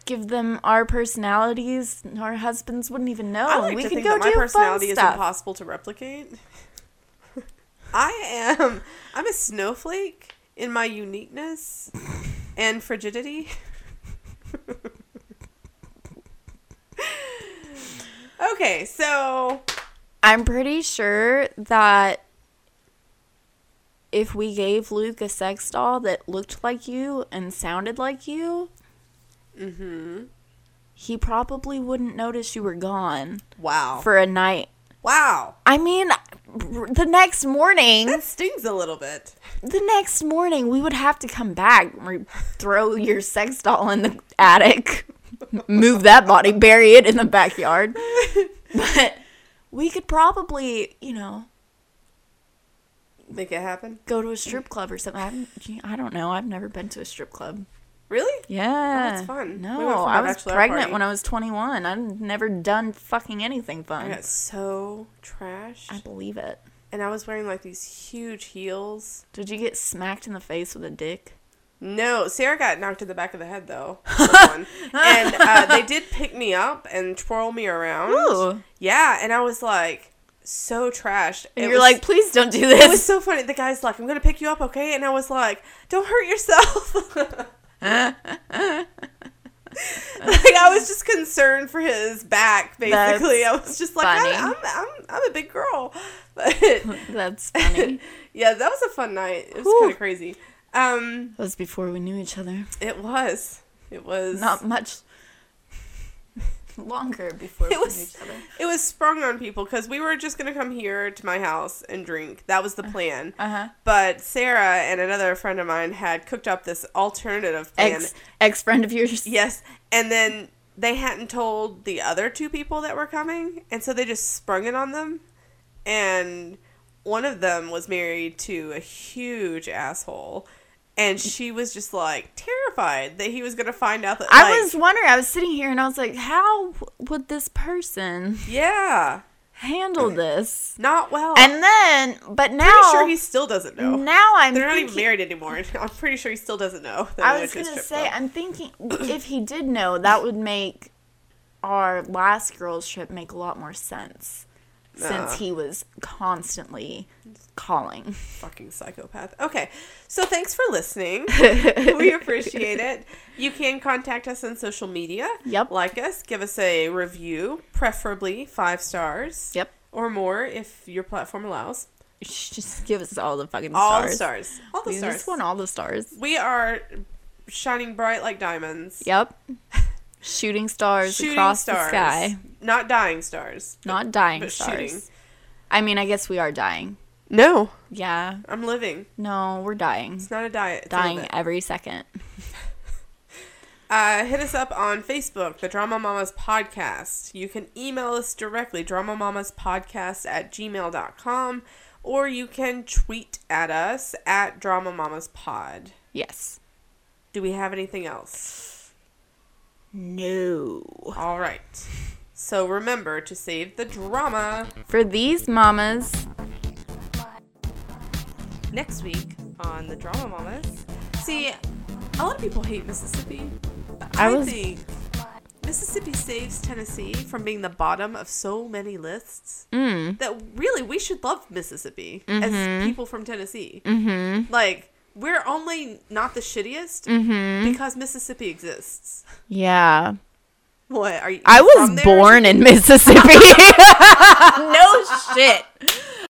[SPEAKER 2] give them our personalities. and Our husbands wouldn't even know.
[SPEAKER 1] I like
[SPEAKER 2] Oh, we
[SPEAKER 1] to
[SPEAKER 2] could
[SPEAKER 1] think
[SPEAKER 2] go
[SPEAKER 1] that my
[SPEAKER 2] do
[SPEAKER 1] personality
[SPEAKER 2] fun
[SPEAKER 1] is
[SPEAKER 2] stuff.
[SPEAKER 1] impossible to replicate. (laughs) I am. I'm a snowflake in my uniqueness and frigidity. (laughs) okay, so
[SPEAKER 2] I'm pretty sure that if we gave Luke a sex
[SPEAKER 1] Mm-hmm.
[SPEAKER 2] doll that looked like you and sounded like you, he probably wouldn't notice you were gone
[SPEAKER 1] Wow.
[SPEAKER 2] for a night.
[SPEAKER 1] wow.
[SPEAKER 2] I mean, r- the next morning,
[SPEAKER 1] That stings a little bit.
[SPEAKER 2] the next morning we would have to come back, re- throw your sex doll in the attic, move that body, bury it in the backyard. But we could probably, you know,
[SPEAKER 1] Make it happen.
[SPEAKER 2] go to a strip club or something. I, haven't- I don't know. I've never been to a strip club.
[SPEAKER 1] Really?
[SPEAKER 2] Yeah,
[SPEAKER 1] that's fun. We
[SPEAKER 2] No,
[SPEAKER 1] went for my
[SPEAKER 2] I was
[SPEAKER 1] bachelorette
[SPEAKER 2] pregnant
[SPEAKER 1] party.
[SPEAKER 2] when I was 21. I've never done fucking anything
[SPEAKER 1] I
[SPEAKER 2] fun.
[SPEAKER 1] got so trashed.
[SPEAKER 2] I believe it.
[SPEAKER 1] and I was wearing like these huge heels.
[SPEAKER 2] Did you get smacked in the face with a dick?
[SPEAKER 1] No, Sarah got knocked in the back of the head
[SPEAKER 2] (laughs)
[SPEAKER 1] though. That one. and uh, they did pick me up and twirl me around.
[SPEAKER 2] Ooh.
[SPEAKER 1] Yeah, and I was like so trashed.
[SPEAKER 2] And
[SPEAKER 1] It
[SPEAKER 2] you're
[SPEAKER 1] was-
[SPEAKER 2] like, please don't do
[SPEAKER 1] it was
[SPEAKER 2] this.
[SPEAKER 1] so funny. The guy's like, "I'm gonna pick you up, okay?" And I was like, "Don't hurt yourself." (laughs) like I was just concerned for his back. Basically, I was just like,
[SPEAKER 2] funny.
[SPEAKER 1] I, am I'm, I'm a big girl," (laughs) but
[SPEAKER 2] (laughs) That's (laughs) funny.
[SPEAKER 1] yeah, that was a fun night. It was
[SPEAKER 2] Whew.
[SPEAKER 1] kind of crazy. Um,
[SPEAKER 2] That was before we knew each other.
[SPEAKER 1] it was. (laughs) It was
[SPEAKER 2] Not much (laughs) longer before
[SPEAKER 1] It
[SPEAKER 2] we
[SPEAKER 1] was-
[SPEAKER 2] knew each other.
[SPEAKER 1] It was sprung on people because we were just gonna come here to my house and drink. That was the plan.
[SPEAKER 2] Uh huh.
[SPEAKER 1] But Sarah and another friend of mine had cooked up this alternative plan.
[SPEAKER 2] Ex ex friend of yours.
[SPEAKER 1] Yes, and then they hadn't told the other two people that were coming, and so they just sprung it on them. And one of them was married to a huge asshole, and she was just like terrified that he was gonna find out that
[SPEAKER 2] I
[SPEAKER 1] like,
[SPEAKER 2] was wondering. I was sitting here and I was like, how would this person
[SPEAKER 1] yeah,
[SPEAKER 2] handle this?
[SPEAKER 1] not well.
[SPEAKER 2] And then, but now,
[SPEAKER 1] pretty sure he still doesn't know.
[SPEAKER 2] now I'm
[SPEAKER 1] They're not even
[SPEAKER 2] thinking-
[SPEAKER 1] married anymore. (laughs) I'm pretty sure he still doesn't know. That
[SPEAKER 2] I
[SPEAKER 1] they
[SPEAKER 2] was
[SPEAKER 1] went
[SPEAKER 2] gonna
[SPEAKER 1] a strip
[SPEAKER 2] say,
[SPEAKER 1] club.
[SPEAKER 2] I'm thinking if he did know, that would make our last girls' trip make a lot more sense,
[SPEAKER 1] Nah.
[SPEAKER 2] since he was constantly calling.
[SPEAKER 1] fucking psychopath. Okay, so thanks for
[SPEAKER 2] (laughs)
[SPEAKER 1] listening. we appreciate it. You can contact us on social media.
[SPEAKER 2] Yep.
[SPEAKER 1] Like us, give us a review, preferably five stars.
[SPEAKER 2] Yep.
[SPEAKER 1] Or more if your platform allows.
[SPEAKER 2] Just give us all the fucking
[SPEAKER 1] All
[SPEAKER 2] stars.
[SPEAKER 1] the stars. All the
[SPEAKER 2] We
[SPEAKER 1] stars.
[SPEAKER 2] just want all the stars.
[SPEAKER 1] we are shining bright like diamonds.
[SPEAKER 2] (laughs) Yep. Shooting stars
[SPEAKER 1] Shooting
[SPEAKER 2] across
[SPEAKER 1] stars.
[SPEAKER 2] the sky.
[SPEAKER 1] Not dying stars.
[SPEAKER 2] Not dying
[SPEAKER 1] but
[SPEAKER 2] stars.
[SPEAKER 1] shooting.
[SPEAKER 2] I mean, I guess we are dying.
[SPEAKER 1] No.
[SPEAKER 2] Yeah.
[SPEAKER 1] I'm living.
[SPEAKER 2] No, we're dying.
[SPEAKER 1] It's not a diet. it's a
[SPEAKER 2] Dying
[SPEAKER 1] living.
[SPEAKER 2] every second.
[SPEAKER 1] (laughs) Uh, hit us up on Facebook, the Drama Mamas Podcast. You can email us directly, dramamamaspodcast at gmail.com, or you can tweet at us at Drama Mamas Pod.
[SPEAKER 2] Yes.
[SPEAKER 1] Do we have anything else?
[SPEAKER 2] No.
[SPEAKER 1] All right. So remember to save the drama.
[SPEAKER 2] For these mamas.
[SPEAKER 1] Next week on the Drama Mamas. See, a lot of people hate Mississippi. but
[SPEAKER 2] I
[SPEAKER 1] I,
[SPEAKER 2] was-
[SPEAKER 1] think Mississippi saves Tennessee from being the bottom of so many lists.
[SPEAKER 2] Mm. Mm-hmm.
[SPEAKER 1] that really we should love Mississippi as people from Tennessee. Like we're only not the shittiest because Mississippi exists.
[SPEAKER 2] Mm-hmm. Yeah.
[SPEAKER 1] What are you?
[SPEAKER 2] I
[SPEAKER 1] you
[SPEAKER 2] was
[SPEAKER 1] from there?
[SPEAKER 2] born in Mississippi. no shit.